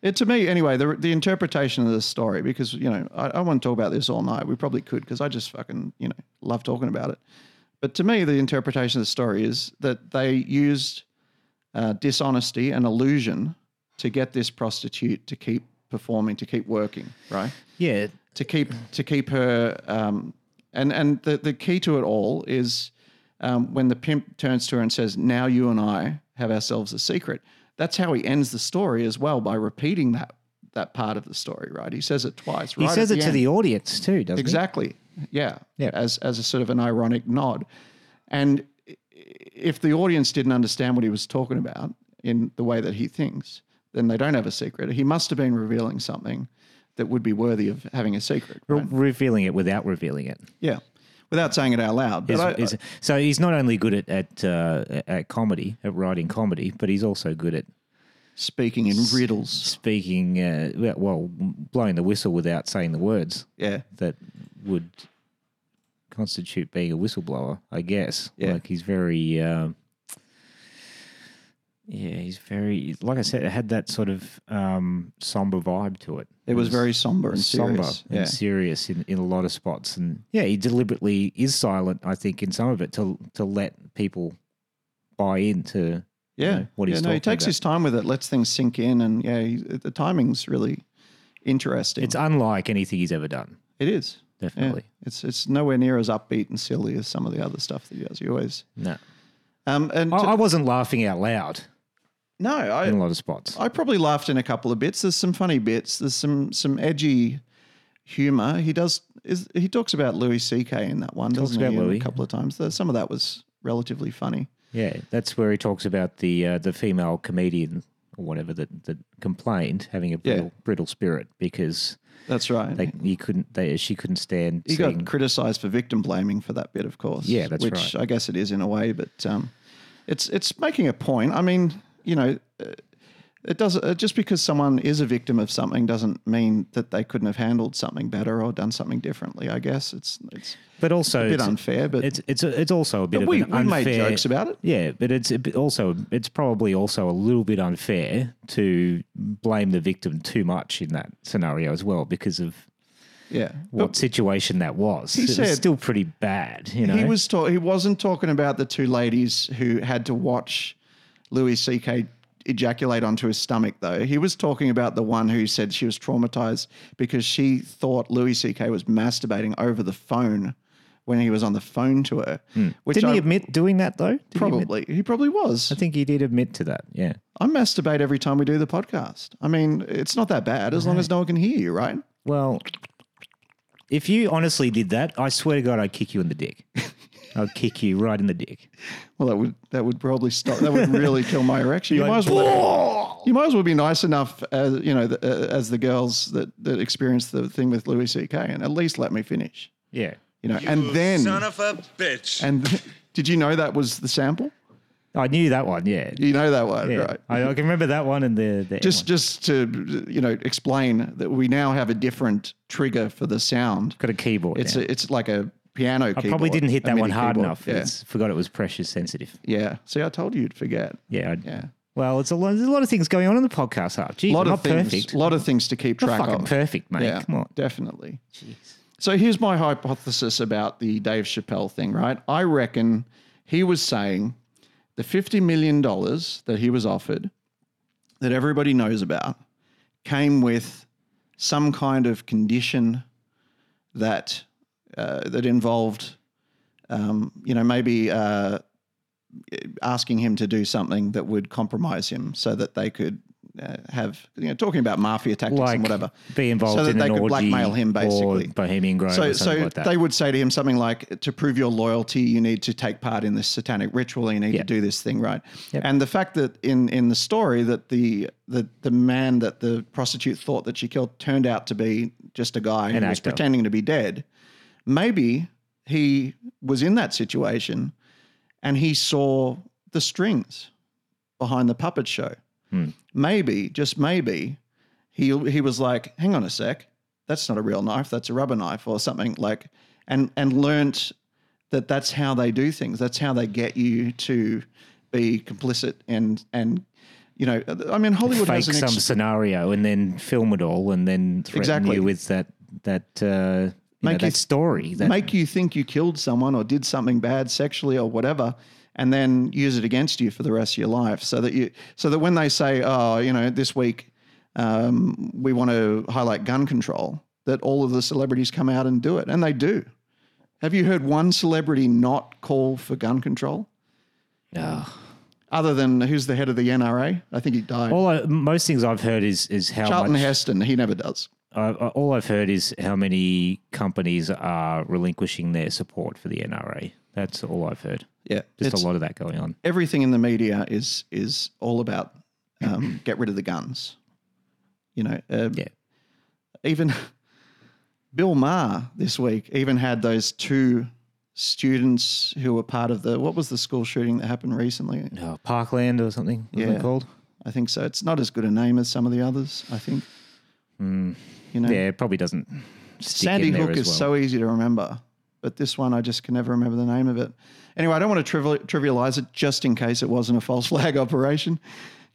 A: It to me, anyway, the the interpretation of the story, because you know, I, I want to talk about this all night. We probably could, because I just fucking you know love talking about it. But to me, the interpretation of the story is that they used uh, dishonesty and illusion to get this prostitute to keep performing, to keep working, right?
B: yeah.
A: to keep to keep her um, and and the, the key to it all is um, when the pimp turns to her and says now you and i have ourselves a secret that's how he ends the story as well by repeating that that part of the story right he says it twice
B: He
A: right
B: says
A: at
B: it to
A: end.
B: the audience too, doesn't
A: exactly yeah
B: Yeah.
A: as as a sort of an ironic nod and i- if the audience didn't understand what he was talking about in the way that he thinks then they don't have a secret he must have been revealing something that would be worthy of having a secret
B: he?
A: right?
B: Re- revealing it without revealing it.
A: Yeah, without saying it out loud. But
B: Is-
A: I,
B: is- so he's not only good at at, uh, at comedy, at writing comedy, but he's also good at
A: speaking in riddles.
B: speaking. Uh, well, blowing the whistle without saying the words.
A: Yeah,
B: that would constitute being a whistleblower, I guess.
A: Yeah.
B: Like he's very, um, yeah, he's very. Like I said, it had that sort of um, somber vibe to it.
A: it was very somber and
B: somber
A: serious.
B: and
A: yeah.
B: serious in, in a lot of spots, and yeah, he deliberately is silent. I think in some of it to to let people buy into
A: yeah,
B: know, what
A: yeah,
B: he's
A: no, he
B: talking
A: takes
B: about.
A: his time with it, lets things sink in, and yeah, he, the timing's really interesting.
B: It's unlike anything he's ever done.
A: it is. Yeah.
B: Definitely.
A: It's it's nowhere near as upbeat and silly as some of the other stuff that he does. He always
B: No.
A: um and
B: I,
A: to-
B: I wasn't laughing out loud
A: no, I
B: in a lot of spots.
A: I probably laughed in a couple of bits. There's some funny bits. There's some some edgy humor. He does is he talks about Louis C.K. in that one, doesn't
B: about
A: he?
B: Louis,
A: A couple of times. Though Some of that was relatively funny.
B: Yeah, that's where he talks about the uh, the female comedian or whatever that, that complained having a brittle, brittle spirit because
A: That's right.
B: they he couldn't they she couldn't stand
A: he
B: seeing,
A: got criticised for victim blaming for that bit, of course.
B: Yeah, that's
A: which
B: right.
A: I guess it is in a way, but um, it's it's making a point. I mean, you know, uh, it does uh, just because someone is a victim of something doesn't mean that they couldn't have handled something better or done something differently. I guess it's it's
B: but also
A: a bit
B: it's,
A: unfair, but
B: it's it's it's also a bit
A: But
B: of
A: we-
B: an
A: we made
B: unfair,
A: jokes about it.
B: Yeah, but it's a bit also it's probably also a little bit unfair to blame the victim too much in that scenario as well because of
A: yeah,
B: what situation that was. It
A: said-
B: was still pretty bad, you know.
A: He was ta- he wasn't talking about the two ladies who had to watch Louis C.K. ejaculate onto his stomach, though. He was talking about the one who said she was traumatized because she thought Louis C.K. was masturbating over the phone when he was on the phone to her. Which
B: Hmm. Didn't
A: I,
B: he admit doing that though? Did he admit-
A: probably he probably was.
B: I think he did admit to that. Yeah.
A: I masturbate every time we do the podcast. I mean, it's not that bad as long as no one can hear you, right?
B: Well, if you honestly did that, I swear to God, I'd kick you in the dick. *laughs* I'd kick you right in the dick.
A: Well, that would that would probably stop. That would really kill my erection. You might as well. You might as well be nice enough, as you know, the, uh, as the girls that that experienced the thing with Louis C.K. and at least let me finish.
B: Yeah.
A: You know, and then
D: Son of a bitch.
A: and *laughs* did you know that was the sample?
B: I knew that one. Yeah.
A: You know that one,
B: yeah.
A: right?
B: I, I can remember that one and the, the
A: just just to you know explain that we now have a different trigger for the sound.
B: got a keyboard.
A: It's
B: now.
A: a, it's like a piano.
B: I probably didn't hit that one hard enough.
A: Yeah.
B: It's, forgot it was pressure sensitive.
A: yeah. See, I told you you'd forget.
B: Yeah. I'd,
A: Yeah.
B: Well, it's a lot. There's a lot of things going on in the podcast. Art. Jeez,
A: A lot
B: I'm
A: of
B: not
A: things.
B: perfect.
A: A lot of things to keep
B: I'm
A: track
B: not fucking
A: of.
B: perfect, mate.
A: Yeah,
B: Come on.
A: Definitely. So here's my hypothesis about the Dave Chappelle thing, right? I reckon he was saying the $50 million that he was offered, that everybody knows about, came with some kind of condition that uh, that involved, um, you know, maybe uh, asking him to do something that would compromise him, so that they could uh, have, you know, talking about mafia tactics
B: Like
A: and whatever,
B: Be involved
A: so that
B: in
A: they
B: an
A: could
B: orgy
A: blackmail him, basically.
B: or Bohemian Grove
A: So,
B: or
A: so
B: something like that.
A: they would say to him something like, "To prove your loyalty, you need to take part in this satanic ritual, and you need
B: Yeah.
A: to do this thing right."
B: Yep.
A: And the fact that in in the story that the the the man that the prostitute thought that she killed turned out to be just a guy who was
B: actor.
A: pretending to be dead. Maybe he was in that situation, and he saw the strings behind the puppet show.
B: Hmm.
A: Maybe, just maybe, he he was like, hang on a sec, that's not a real knife, that's a rubber knife or something like, and and learnt that that's how they do things, that's how they get you to be complicit and and you know, I mean, Hollywood
B: fake
A: has an
B: some
A: ex-
B: scenario and then film it all and then threaten
A: Exactly.
B: you with that that uh, you know,
A: Make
B: that
A: you-
B: story. That,
A: make you think you killed someone or did something bad sexually or whatever and then use it against you for the rest of your life so that you so that when they say oh you know this week um, we want to highlight gun control that all of the celebrities come out and do it and they do have you heard one celebrity not call for gun control
B: Ugh.
A: other than who's the head of the NRA I think he died
B: all I, most things I've heard is is Oh, how
A: Charlton
B: much
A: Heston he never does
B: I, I- all I've heard is how many companies are relinquishing their support for the NRA. That's all I've heard.
A: yeah
B: Just
A: it's-
B: a lot of that going on.
A: everything in the media is is all about um, *clears throat* get rid of the guns. You know, uh,
B: Yeah.
A: even *laughs* Bill Maher this week even had those two students who were part of the what was the school shooting that happened recently?
B: Oh, Parkland or something. Wasn't
A: Yeah.
B: it called?
A: I think so. It's not as good a name as some of the others. I think. You know,
B: Yeah, it probably doesn't. Stick
A: Sandy
B: in there
A: Hook
B: as
A: is
B: well.
A: so easy to remember, but this one I just can never remember the name of it. Anyway, I don't want to trivial, trivialize it just in case it wasn't a false *laughs* flag operation,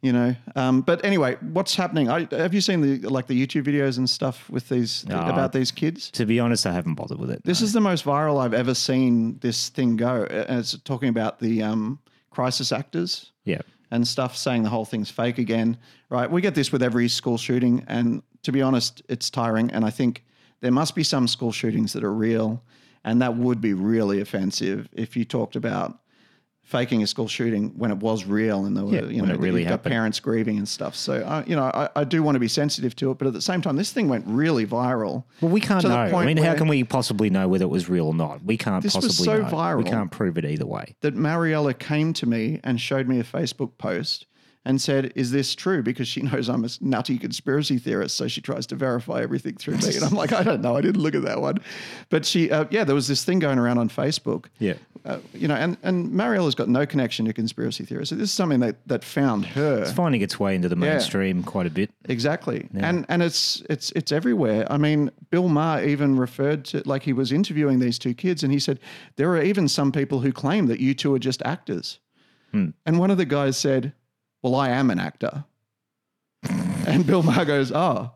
A: you know. Um, but anyway, what's happening? I, have you seen the like the YouTube videos and stuff with these about these kids?
B: To be honest, I haven't bothered with it.
A: This is the most viral I've ever seen this thing go. And it's talking about the um, crisis actors
B: yeah.
A: and stuff saying the whole thing's fake again, right? We get this with every school shooting. And to be honest, it's tiring. And I think there must be some school shootings that are real. And that would be really offensive if you talked about faking a school shooting when it was real and there were,
B: Yeah,
A: you
B: when
A: know,
B: it really
A: you've got
B: happened.
A: parents grieving and stuff. So, I, you know, I, I do want to be sensitive to it. But at the same time, this thing went really viral.
B: Well, we can't
A: to the
B: know.
A: point
B: I mean, how
A: where-
B: can we possibly know whether it was real or not? We can't
A: This was
B: possibly
A: so
B: know. We
A: viral.
B: can't prove it either way.
A: that Mariella came to me and showed me a Facebook post and said, "Is this true?" Because she *laughs* knows I'm a nutty conspiracy theorist, so she tries to verify everything through me. And I'm like, "I don't know. I didn't look at that one." But she, uh, yeah, there was this thing going around on Facebook.
B: Yeah.
A: Uh, you know, and and Mariella's got no connection to conspiracy theorists. So this is something that that found her.
B: It's finding its way into the mainstream quite a bit.
A: Exactly. And and it's it's it's everywhere. I mean, Bill Maher even referred to like he was interviewing these two kids and he said, There are even some people who claim that you two are just actors.
B: Hmm.
A: And one of the guys *laughs* said, Well, I am an actor. and Bill Maher goes, Oh.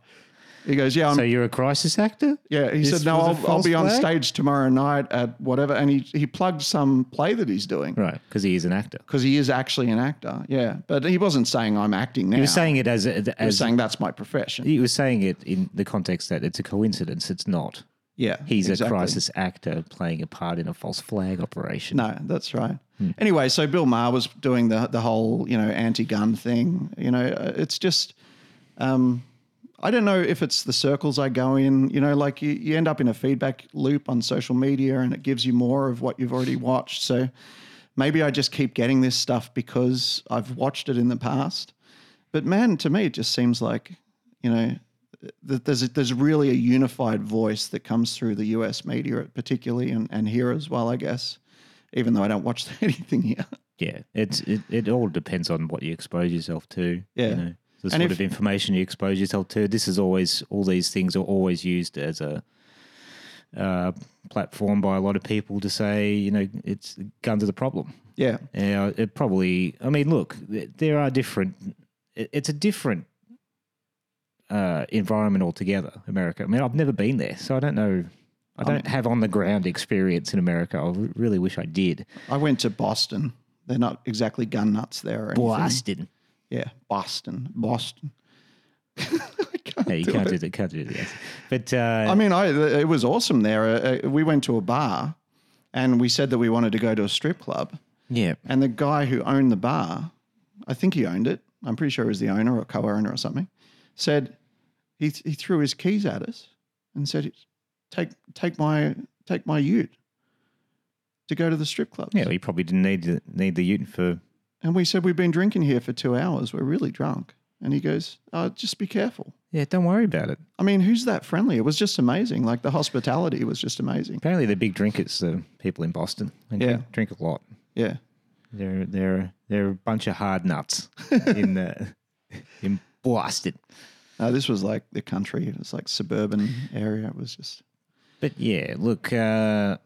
A: He goes, yeah, I'm,
B: So you're a crisis actor?
A: yeah. He
B: This
A: said, no,
B: was
A: I'll,
B: a
A: I'll
B: false
A: be on
B: flag?
A: stage tomorrow night at whatever. And he, he plugged some play that he's doing
B: Right, because he is an actor.
A: because he is actually an actor. Yeah, but he wasn't saying I'm acting now.
B: He was saying it as a-
A: he was
B: as
A: saying that's my profession.
B: he was saying it in the context that it's a coincidence. It's not.
A: yeah,
B: He's
A: exactly.
B: a crisis actor playing a part in a false flag operation.
A: No, that's right. Anyway, so Bill Maher was doing the the whole you know anti-gun thing. You know, uh, it's just. Um, I don't know if it's the circles I go in, you know, like you, you end up in a feedback loop on social media and it gives you more of what you've already watched. So maybe I just keep getting this stuff because I've watched it in the past. But man, to me, it just seems like, you know, th- there's, there's really a unified voice that comes through the US media, particularly, and, and here as well, I guess, even though I don't watch *laughs* anything here.
B: Yeah, it's it, it all depends on what you expose yourself to.
A: Yeah.
B: you know,
A: And
B: the sort
A: if-
B: of information you expose yourself to. This is always all these things are always used as a uh, platform by a lot of people to say, you know, it's guns are the problem.
A: Yeah.
B: Yeah, it probably. I mean, look, th- there are different. it- It's a different uh, environment altogether, America. I mean, I've never been there, so I don't know. I don't
A: Um,
B: have on the ground experience in America. I re- really wish I did.
A: I went to Boston. They're not exactly gun nuts there. Or anything.
B: Boston.
A: Yeah, Boston, Boston. I *laughs* can't
B: Yeah, you
A: do
B: can't
A: it.
B: do that. Can't do that. But uh,
A: I mean, I it was awesome there. Uh, uh, we went to a bar, and we said that we wanted to go to a strip club.
B: yeah,
A: And the guy who owned the bar, I think he owned it. I'm pretty sure he was the owner or co-owner or something. Said he he threw his keys at us and said, "Take take my take my Ute to go to the strip club."
B: yeah. You probably didn't need the, need the Ute for.
A: And we said, We've been drinking here for two hours. We're really drunk. And he goes, oh, Just be careful.
B: Yeah, don't worry about it.
A: I mean, who's that friendly? It was just amazing. Like the hospitality was just amazing.
B: Apparently, they're big drinkers. The people in Boston, they
A: Yeah.
B: drink, drink a lot.
A: Yeah.
B: They're they're they're a bunch of
A: *laughs*
B: hard nuts in uh, in Boston.
A: Uh, this was like the country. It was like suburban area. It was just,
B: But yeah, look, uh,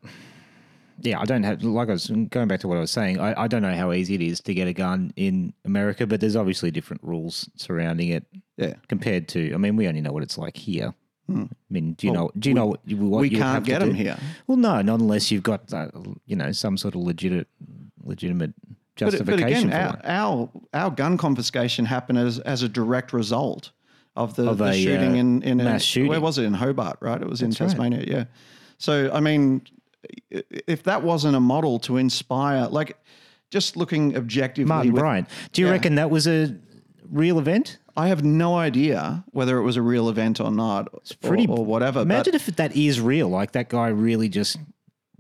B: yeah, I don't have like I was going back to what I was saying. I, I don't know how easy it is to get a gun in America, but there's obviously different rules surrounding it
A: yeah.
B: compared to. I mean, we only know what it's like here. I mean, do you know? Do you know what, you- what
A: Hmm. we
B: you'll
A: can't
B: have to
A: get 'em
B: do?
A: here.
B: Well, no, not unless you've got uh, you know some sort of legit, legitimate
A: But, but again,
B: justification for
A: our,
B: it.
A: our, our gun confiscation happened as, as a direct result of the,
B: Of
A: the
B: a,
A: shooting
B: uh,
A: in, in
B: mass shooting.
A: Where was it? In Hobart, right? It was in
B: right.
A: Tasmania, yeah. So, I mean, i- if that wasn't a model to inspire, like just looking objectively.
B: Martin
A: with-
B: Bryant, do you
A: Yeah.
B: reckon that was a real event?
A: I have no idea whether it was a real event or not, or-
B: pretty-
A: or, whatever.
B: Imagine
A: but,
B: if that is real. Like that guy really just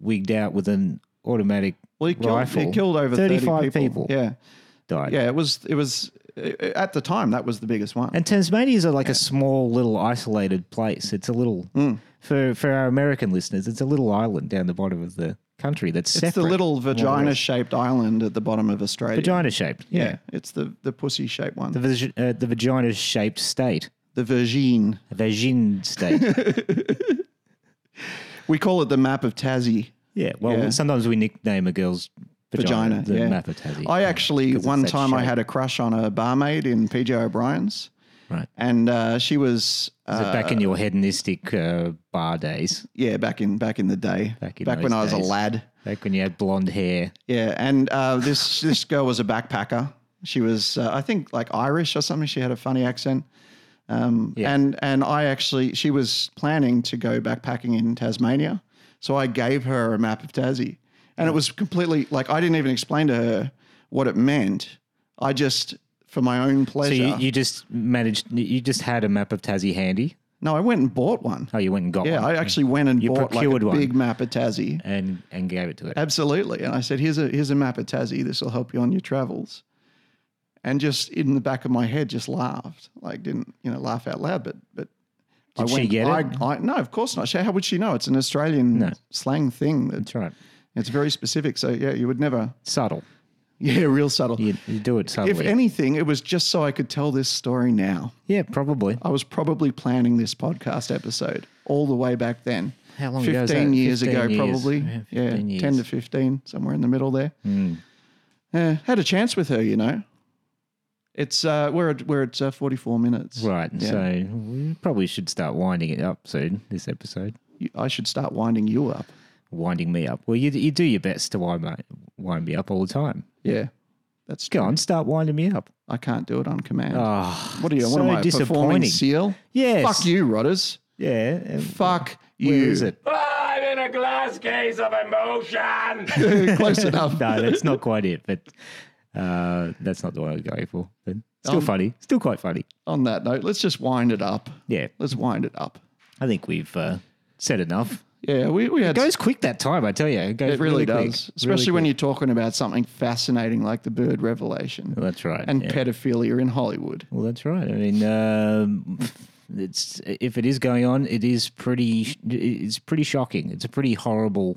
B: wigged out with an automatic
A: well, he killed,
B: rifle.
A: he killed over 30
B: 35
A: people. Yeah,
B: died.
A: yeah. It was it was uh, at the time that was the biggest one.
B: And Tasmania is a- like a small little isolated place. It's a little
A: Hmm.
B: for for our American listeners. It's a little island down the bottom of the country that's
A: it's the
B: separate,
A: little
B: more or less.
A: vagina shaped island at the bottom of Australia.
B: vagina shaped.
A: Yeah,
B: Yeah.
A: it's the the pussy shaped one.
B: The,
A: The,
B: vag- uh, the vagina shaped state,
A: Virgin. *laughs*
B: vagin state.
A: We call it the map of Tassie.
B: yeah. Well,
A: Yeah.
B: sometimes we nickname a girl's vagina,
A: Vagina.
B: the
A: yeah.
B: map of Tassie.
A: I uh, actually
B: 'cause it's
A: one
B: that
A: time I
B: shape.
A: had a crush on a barmaid in PJ O'Brien's,
B: right.
A: and uh, she was
B: Is
A: uh,
B: it back in your hedonistic uh, bar days?
A: yeah back in back in the day
B: Back in
A: back
B: those
A: when I was a
B: days.
A: lad.
B: Back when you had blonde hair.
A: Yeah, and uh, this this girl was a backpacker. She was, uh, I think, like Irish or something. She had a funny accent. Um,
B: Yeah.
A: And and I actually, she was planning to go backpacking in Tasmania, so I gave her a map of Tassie, and it was completely like I didn't even explain to her what it meant. I just, for my own
B: So
A: pleasure,
B: you, you just managed, you just had a map of Tassie handy.
A: no, I went and bought one.
B: Oh, you went and got
A: Yeah,
B: one.
A: I actually went and
B: You
A: bought like
B: procured
A: a
B: one.
A: big map of Tassie.
B: and, and gave it to it.
A: Absolutely. And I said, here's a here's a map of Tassie. This will help you on your travels. And just in the back of my head, just laughed. Like didn't you know laugh out loud, but but I
B: Did she
A: went,
B: get
A: I,
B: it?
A: I, no, of course not. She- How would she know? It's an Australian
B: No.
A: slang thing. That
B: That's right.
A: it's very specific. So yeah, you would never. *laughs*
B: Subtle.
A: Yeah, real subtle.
B: You, you do it
A: if
B: subtly.
A: anything, it was just so I could tell this story now.
B: yeah, probably.
A: I was probably planning this podcast episode all the way back then.
B: How long
A: 15
B: ago was that?
A: years
B: 15
A: ago,
B: years.
A: probably.
B: Yeah,
A: Yeah,
B: 15 years. Hmm.
A: 10 to 15, somewhere in the middle there. Yeah, had a chance with her, you know. It's uh, we're at, we're at uh, 44 minutes.
B: Right.
A: Yeah.
B: So we probably should start winding it up soon, this episode.
A: You- I should start winding you up.
B: Winding me up. Well, you, you do your best to wind, my, wind me up all the time.
A: Yeah, that's
B: Go on, start winding me up.
A: I can't do it on command.
B: Oh,
A: what are you?
B: so
A: what am I? a Performing
B: disappointing.
A: seal?
B: Yes.
A: Fuck you, Rodders.
B: Yeah. and
A: Fuck you.
B: Where is it?
D: I'm in a glass case of emotion.
A: *laughs* Close enough.
B: Oh, *laughs* No, that's not quite it, but uh, that's not the one I was going for. But still
A: Um,
B: funny. Still quite funny.
A: On that note, let's just wind it up.
B: Yeah.
A: Let's wind it up.
B: I think we've uh, said enough.
A: Yeah, we, we had
B: It goes quick that time, I tell you. It goes
A: It really,
B: quick.
A: does, especially when you're talking about something fascinating like the bird revelation
B: Well, that's right.
A: and
B: yeah.
A: pedophilia in Hollywood.
B: Well, that's right. I mean, um, it's if it is going on, it is pretty. It's pretty shocking. It's a pretty horrible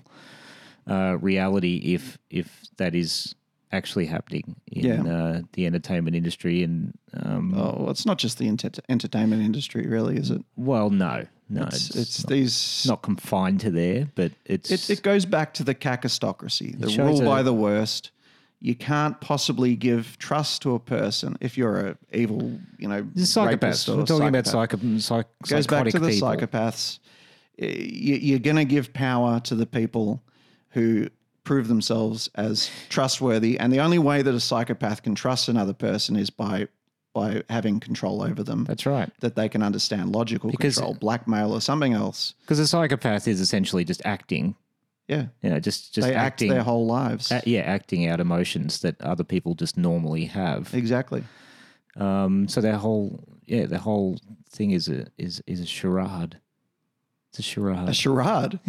B: uh, reality if if that is actually happening in
A: Yeah.
B: uh, the entertainment industry. And um,
A: Oh, well, it's not just the enter- entertainment industry, really, is it?
B: well, no, no,
A: It's,
B: it's,
A: it's
B: not,
A: these.
B: not confined to there, but it's
A: it, it goes back to the cacistocracy, the
B: shows
A: rule by
B: a-
A: the worst. You can't possibly give trust to a person if you're a evil, you know,
B: It's psychopaths.
A: rapist or
B: We're talking about
A: psychopath.
B: psycho, psych,
A: goes back
B: psychotic
A: to the
B: people.
A: psychopaths. Y- You're going to give power to the people who prove themselves as trustworthy, and the only way that a psychopath can trust another person is by by having control over them.
B: That's right.
A: That they can understand logical
B: Because-
A: control, blackmail, or something else.
B: Because a psychopath is essentially just acting.
A: Yeah,
B: You know, just just
A: they
B: acting
A: act their whole lives.
B: a- yeah, acting out emotions that other people just normally have.
A: exactly.
B: Um, so their whole yeah, the whole thing is a is is a charade. It's a charade.
A: A
B: *laughs*
A: charade.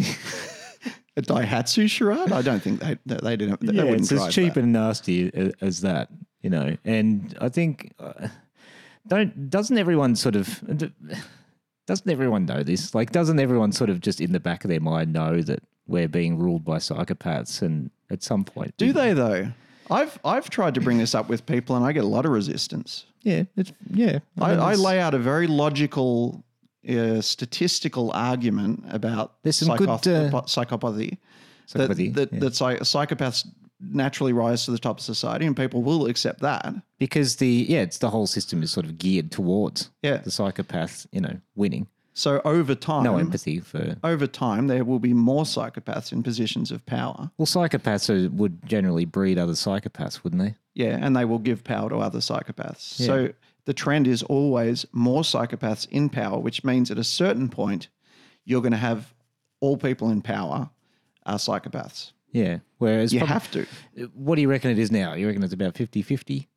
A: a Daihatsu charade. I don't think they they, they didn't. They
B: yeah,
A: wouldn't
B: it's as
A: drive
B: cheap
A: that.
B: and nasty as, as that, you know. And I think uh, don't doesn't everyone sort of doesn't everyone know this? Like, doesn't everyone sort of just in the back of their mind know that we're being ruled by psychopaths? And at some point,
A: Do they though? I've I've tried to bring this up with people, and I get a lot of resistance.
B: Yeah, it's, yeah.
A: I,
B: mean,
A: I
B: it's-
A: lay out a very logical, uh, statistical argument about
B: There's some good, uh,
A: po- psychopathy.
B: Psychopathy,
A: That, that,
B: yeah.
A: that psy- psychopaths naturally rise to the top of society, and people will accept that.
B: because the yeah, it's the whole system is sort of geared towards
A: Yeah.
B: the psychopath, you know, winning.
A: So over time,
B: No empathy for
A: over time, there will be more psychopaths in positions of power.
B: well, psychopaths are, would generally breed other psychopaths, wouldn't they?
A: Yeah, and they will give power to other psychopaths. So the trend is always more psychopaths in power, which means at a certain point, you're going to have all people in power are psychopaths.
B: Yeah. Whereas
A: You
B: prob-
A: have to.
B: What do you reckon it is now? You reckon it's about 50 50?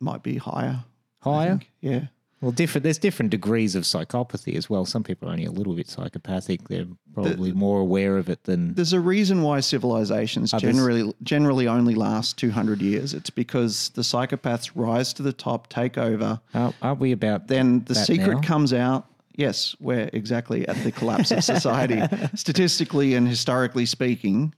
A: Might be higher.
B: Higher?
A: Yeah.
B: Well, different. There's different degrees of psychopathy as well. Some people are only a little bit psychopathic. They're probably more aware of it than.
A: There's a reason why civilizations
B: Ah, there's-
A: generally generally only last 200 years. It's because the psychopaths rise to the top, take over,
B: Aren't- aren't we about
A: then the
B: that
A: secret
B: now?
A: comes out. Yes, we're exactly at the collapse of
B: *laughs*
A: society. Statistically and historically speaking,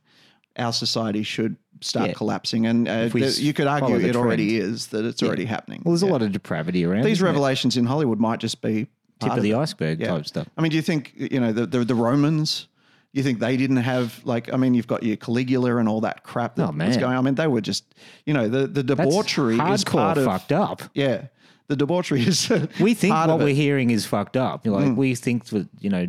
A: our society should start
B: Yeah.
A: collapsing. And uh,
B: we
A: th- you could argue
B: follow
A: it
B: the
A: already is, that it's already happening.
B: Well, there's
A: Yeah.
B: a lot of depravity around.
A: These
B: isn't there?
A: revelations in Hollywood might just be
B: Tip
A: part
B: of
A: of
B: the
A: it.
B: iceberg
A: Yeah.
B: type stuff.
A: I mean, do you think you know the the, the Romans? You think they didn't have like? I mean, you've got your Caligula and all that crap that
B: Oh,
A: was
B: man.
A: going. on. I mean, they were just you know the the
B: That's
A: debauchery is
B: hardcore
A: part of
B: fucked up.
A: yeah. The debauchery is *laughs*
B: We think
A: part
B: what
A: of it. Mm.
B: we're hearing is fucked up. Like we think that you know,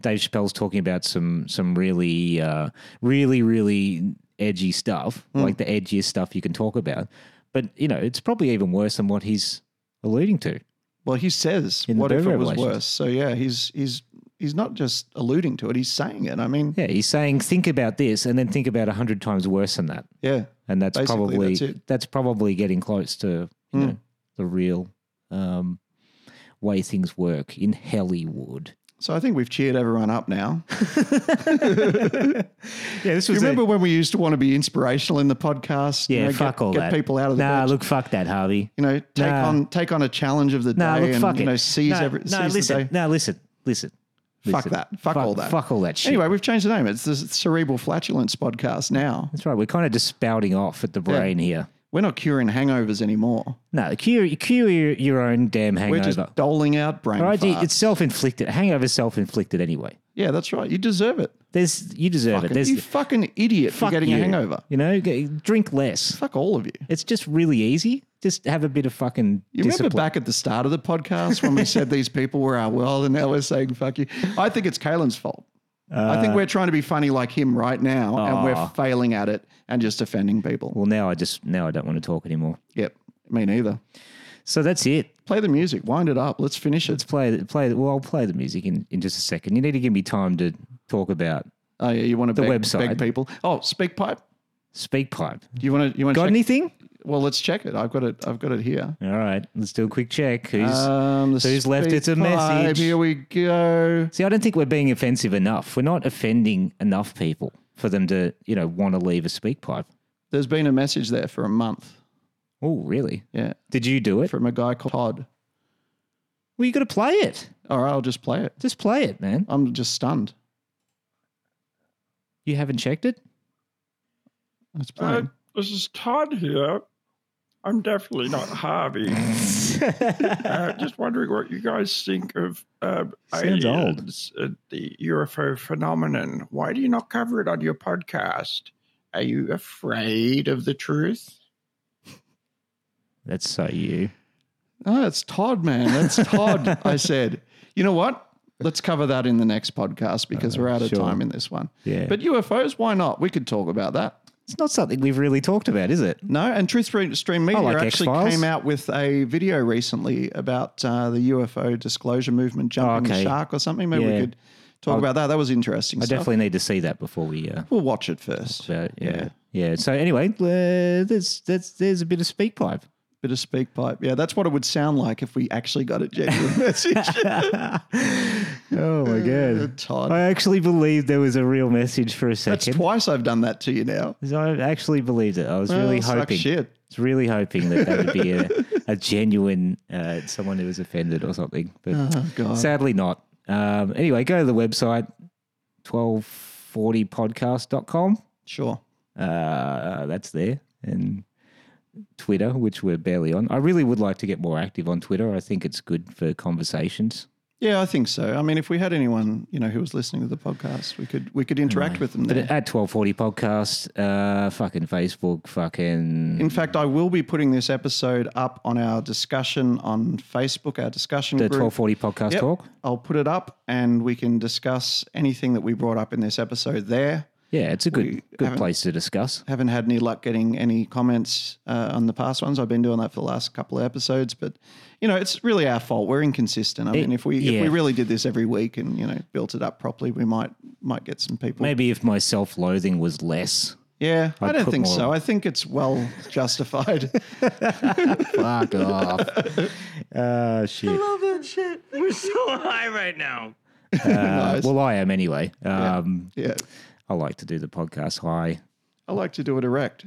B: Dave Chappelle's talking about some some really, uh, really, really edgy stuff,
A: Mm.
B: like the edgiest stuff you can talk about. But you know, it's probably even worse than what he's alluding to.
A: Well, he says,
B: In the
A: "What if
B: Boer
A: it was
B: Revelations.
A: worse?" So yeah, he's he's he's not just alluding to it; he's saying it. I mean,
B: Yeah, he's saying think about this, and then think about a hundred times worse than that,
A: yeah,
B: and that's
A: Basically,
B: probably
A: that's it. Mm.
B: probably getting close to you know the real um, way things work in Hollywood.
A: So I think we've cheered everyone up
B: *laughs*
A: now.
B: Yeah, this
A: Do you remember when we used to want to be inspirational in the podcast? you
B: Yeah,
A: know,
B: fuck
A: get,
B: all
A: get
B: that.
A: people out of the
B: nah,
A: nah,
B: look, fuck that, Harvey.
A: you know, take
B: nah.
A: on take on a challenge of the
B: Nah,
A: day
B: look,
A: and
B: fuck
A: you
B: it.
A: know seize
B: nah,
A: every
B: nah,
A: seize
B: listen,
A: the day.
B: nah, listen, listen,
A: fuck
B: listen.
A: that. Fuck, all that.
B: Fuck all that shit.
A: Anyway, we've changed the name. It's the Cerebral Flatulence Podcast now.
B: That's right. We're kind of just spouting off at the brain here.
A: We're not curing hangovers anymore.
B: No, cure, cure your, your own damn hangover.
A: We're just doling out brain
B: all right,
A: farts.
B: it's self inflicted. Hangover, self inflicted anyway.
A: yeah, that's right. You deserve it.
B: There's you deserve it. There's
A: you fucking idiot for
B: fuck
A: getting
B: you.
A: a hangover.
B: You know, g- drink less.
A: Fuck all of you.
B: It's just really easy. just have a bit of fucking
A: You
B: discipline.
A: remember back at the start of the podcast when we said these people were our world and now we're saying fuck you? I think it's Kalen's fault. I
B: Uh,
A: think we're trying to be funny like him right now and we're failing at it and just offending people.
B: well, now I just now I don't want to talk anymore.
A: Yep, me neither.
B: So that's it.
A: Play the music, wind it up, let's finish
B: Let's
A: it.
B: play the play. the- Well, I'll play the music in, in just a second. You need to give me time to talk about
A: Oh, yeah, you want to
B: The
A: beg,
B: website.
A: beg people? Oh, speak pipe.
B: SpeakPipe.
A: You want to? You want to?
B: Got
A: check?
B: anything?
A: Well, let's check it. I've got it. I've got it here.
B: All right, let's do a quick check. Who's
A: Um, the
B: so who's left
A: speak
B: it's a
A: pipe,
B: message.
A: Here we go.
B: See, I don't think we're being offensive enough. We're not offending enough people for them to, you know, want to leave a speak pipe.
A: There's been a message there for a month.
B: Oh, really?
A: Yeah,
B: Did you do it?
A: from a guy called Todd.
B: well, you got to play it.
A: All right, I'll just play it.
B: Just play it, man.
A: I'm just stunned.
B: You haven't checked *laughs* it?
A: Let's play.
G: *laughs*
C: Oh.
G: Uh, this is Todd here. I'm definitely not Harvey. uh, just wondering what you guys think of uh,
B: Sounds old.
G: aliens and the UFO phenomenon. Why do you not cover it on your podcast? Are you afraid of the truth?
B: That's so you.
A: Oh, it's Todd, man. That's Todd.
B: *laughs*
A: I said. You know what? Let's cover that in the next podcast because we're out of
B: Uh, sure.
A: time in this one.
B: Yeah.
A: But UFOs, why not? We could talk about that.
B: It's not something we've really talked about, is it?
A: No, and Truth Stre- Stream Media
B: like
A: actually
B: X-Files.
A: came out with a video recently about uh, the UFO disclosure movement jumping
B: Okay.
A: the shark or something. Maybe
B: Yeah.
A: we could talk about that. That was interesting.
B: I
A: stuff.
B: definitely need to see that before we. Uh,
A: We'll watch it first.
B: uh, yeah. Yeah. So anyway, uh, there's that's there's a bit of speak pipe.
A: Bit of speak pipe. Yeah, that's what it would sound like if we actually got a
B: *laughs*
A: genuine message. Uh,
B: Oh my god!
A: *laughs* Todd.
B: I actually believed there was a real message for a
A: That's
B: second.
A: twice I've done that to you now.
B: I actually believed it. I was really
A: Well, suck
B: hoping.
A: shit.
B: was really hoping that that would
A: *laughs*
B: be a, a genuine uh, someone who was offended or something, but
A: Oh, God.
B: sadly not. Um, anyway, go to the website 1240podcast.com.
A: Sure.
B: Uh, that's there. And Twitter, which we're barely on. I really would like to get more active on Twitter. I think it's good for conversations.
A: Yeah, I think so. I mean, if we had anyone, you know, who was listening to the podcast, we could we could interact with them
B: But
A: there.
B: at 1240 podcast, uh, fucking Facebook, fucking.
A: In fact, I will be putting this episode up on our discussion on Facebook, our discussion
B: the
A: group.
B: 1240 podcast
A: Yep.
B: talk.
A: I'll put it up and we can discuss anything that we brought up in this episode there.
B: Yeah, it's a good good
A: haven't-
B: place to discuss.
A: Haven't had any luck getting any comments uh, on the past ones. I've been doing that for the last couple of episodes, but you know, it's really our fault. We're inconsistent. I mean, if we
B: yeah.
A: if we really did this every week and you know built it up properly, we might might get some people.
B: Maybe if my self loathing was less.
A: Yeah, I
B: I'd
A: don't
B: put
A: think
B: more-
A: so. I think it's well *laughs* justified. *laughs*
B: Fuck off. Uh, shit. Uh,
A: *laughs* Nice.
B: Well, I am anyway. Um,
A: yeah,
B: I like to do the podcast high.
A: I like to do it erect,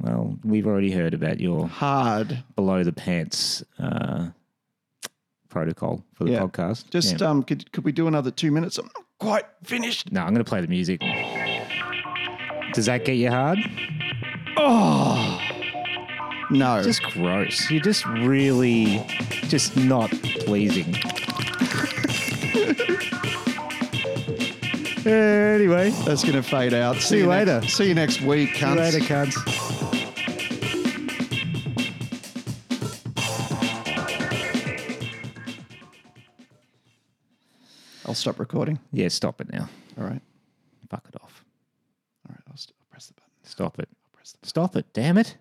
B: Well, we've already heard about your
A: hard.
B: below the pants uh, protocol for the
A: Yeah.
B: podcast.
A: Just
B: Yeah.
A: um, could could we do another two minutes? I'm not quite finished.
B: no, I'm going to play the music. Does that get you hard?
A: No,
B: Just gross. You're just really just not
A: *laughs*
B: pleasing. anyway,
A: that's gonna fade
B: *laughs*
A: out. See,
B: you
A: next-
B: later.
A: see you next week,
B: see you
A: cunts.
B: later, cunts.
A: I'll stop recording.
B: Yeah, stop it now.
A: All right,
B: Fuck it off.
A: all right. I'll, st- I'll press the button.
B: Stop it. Stop it. Damn it.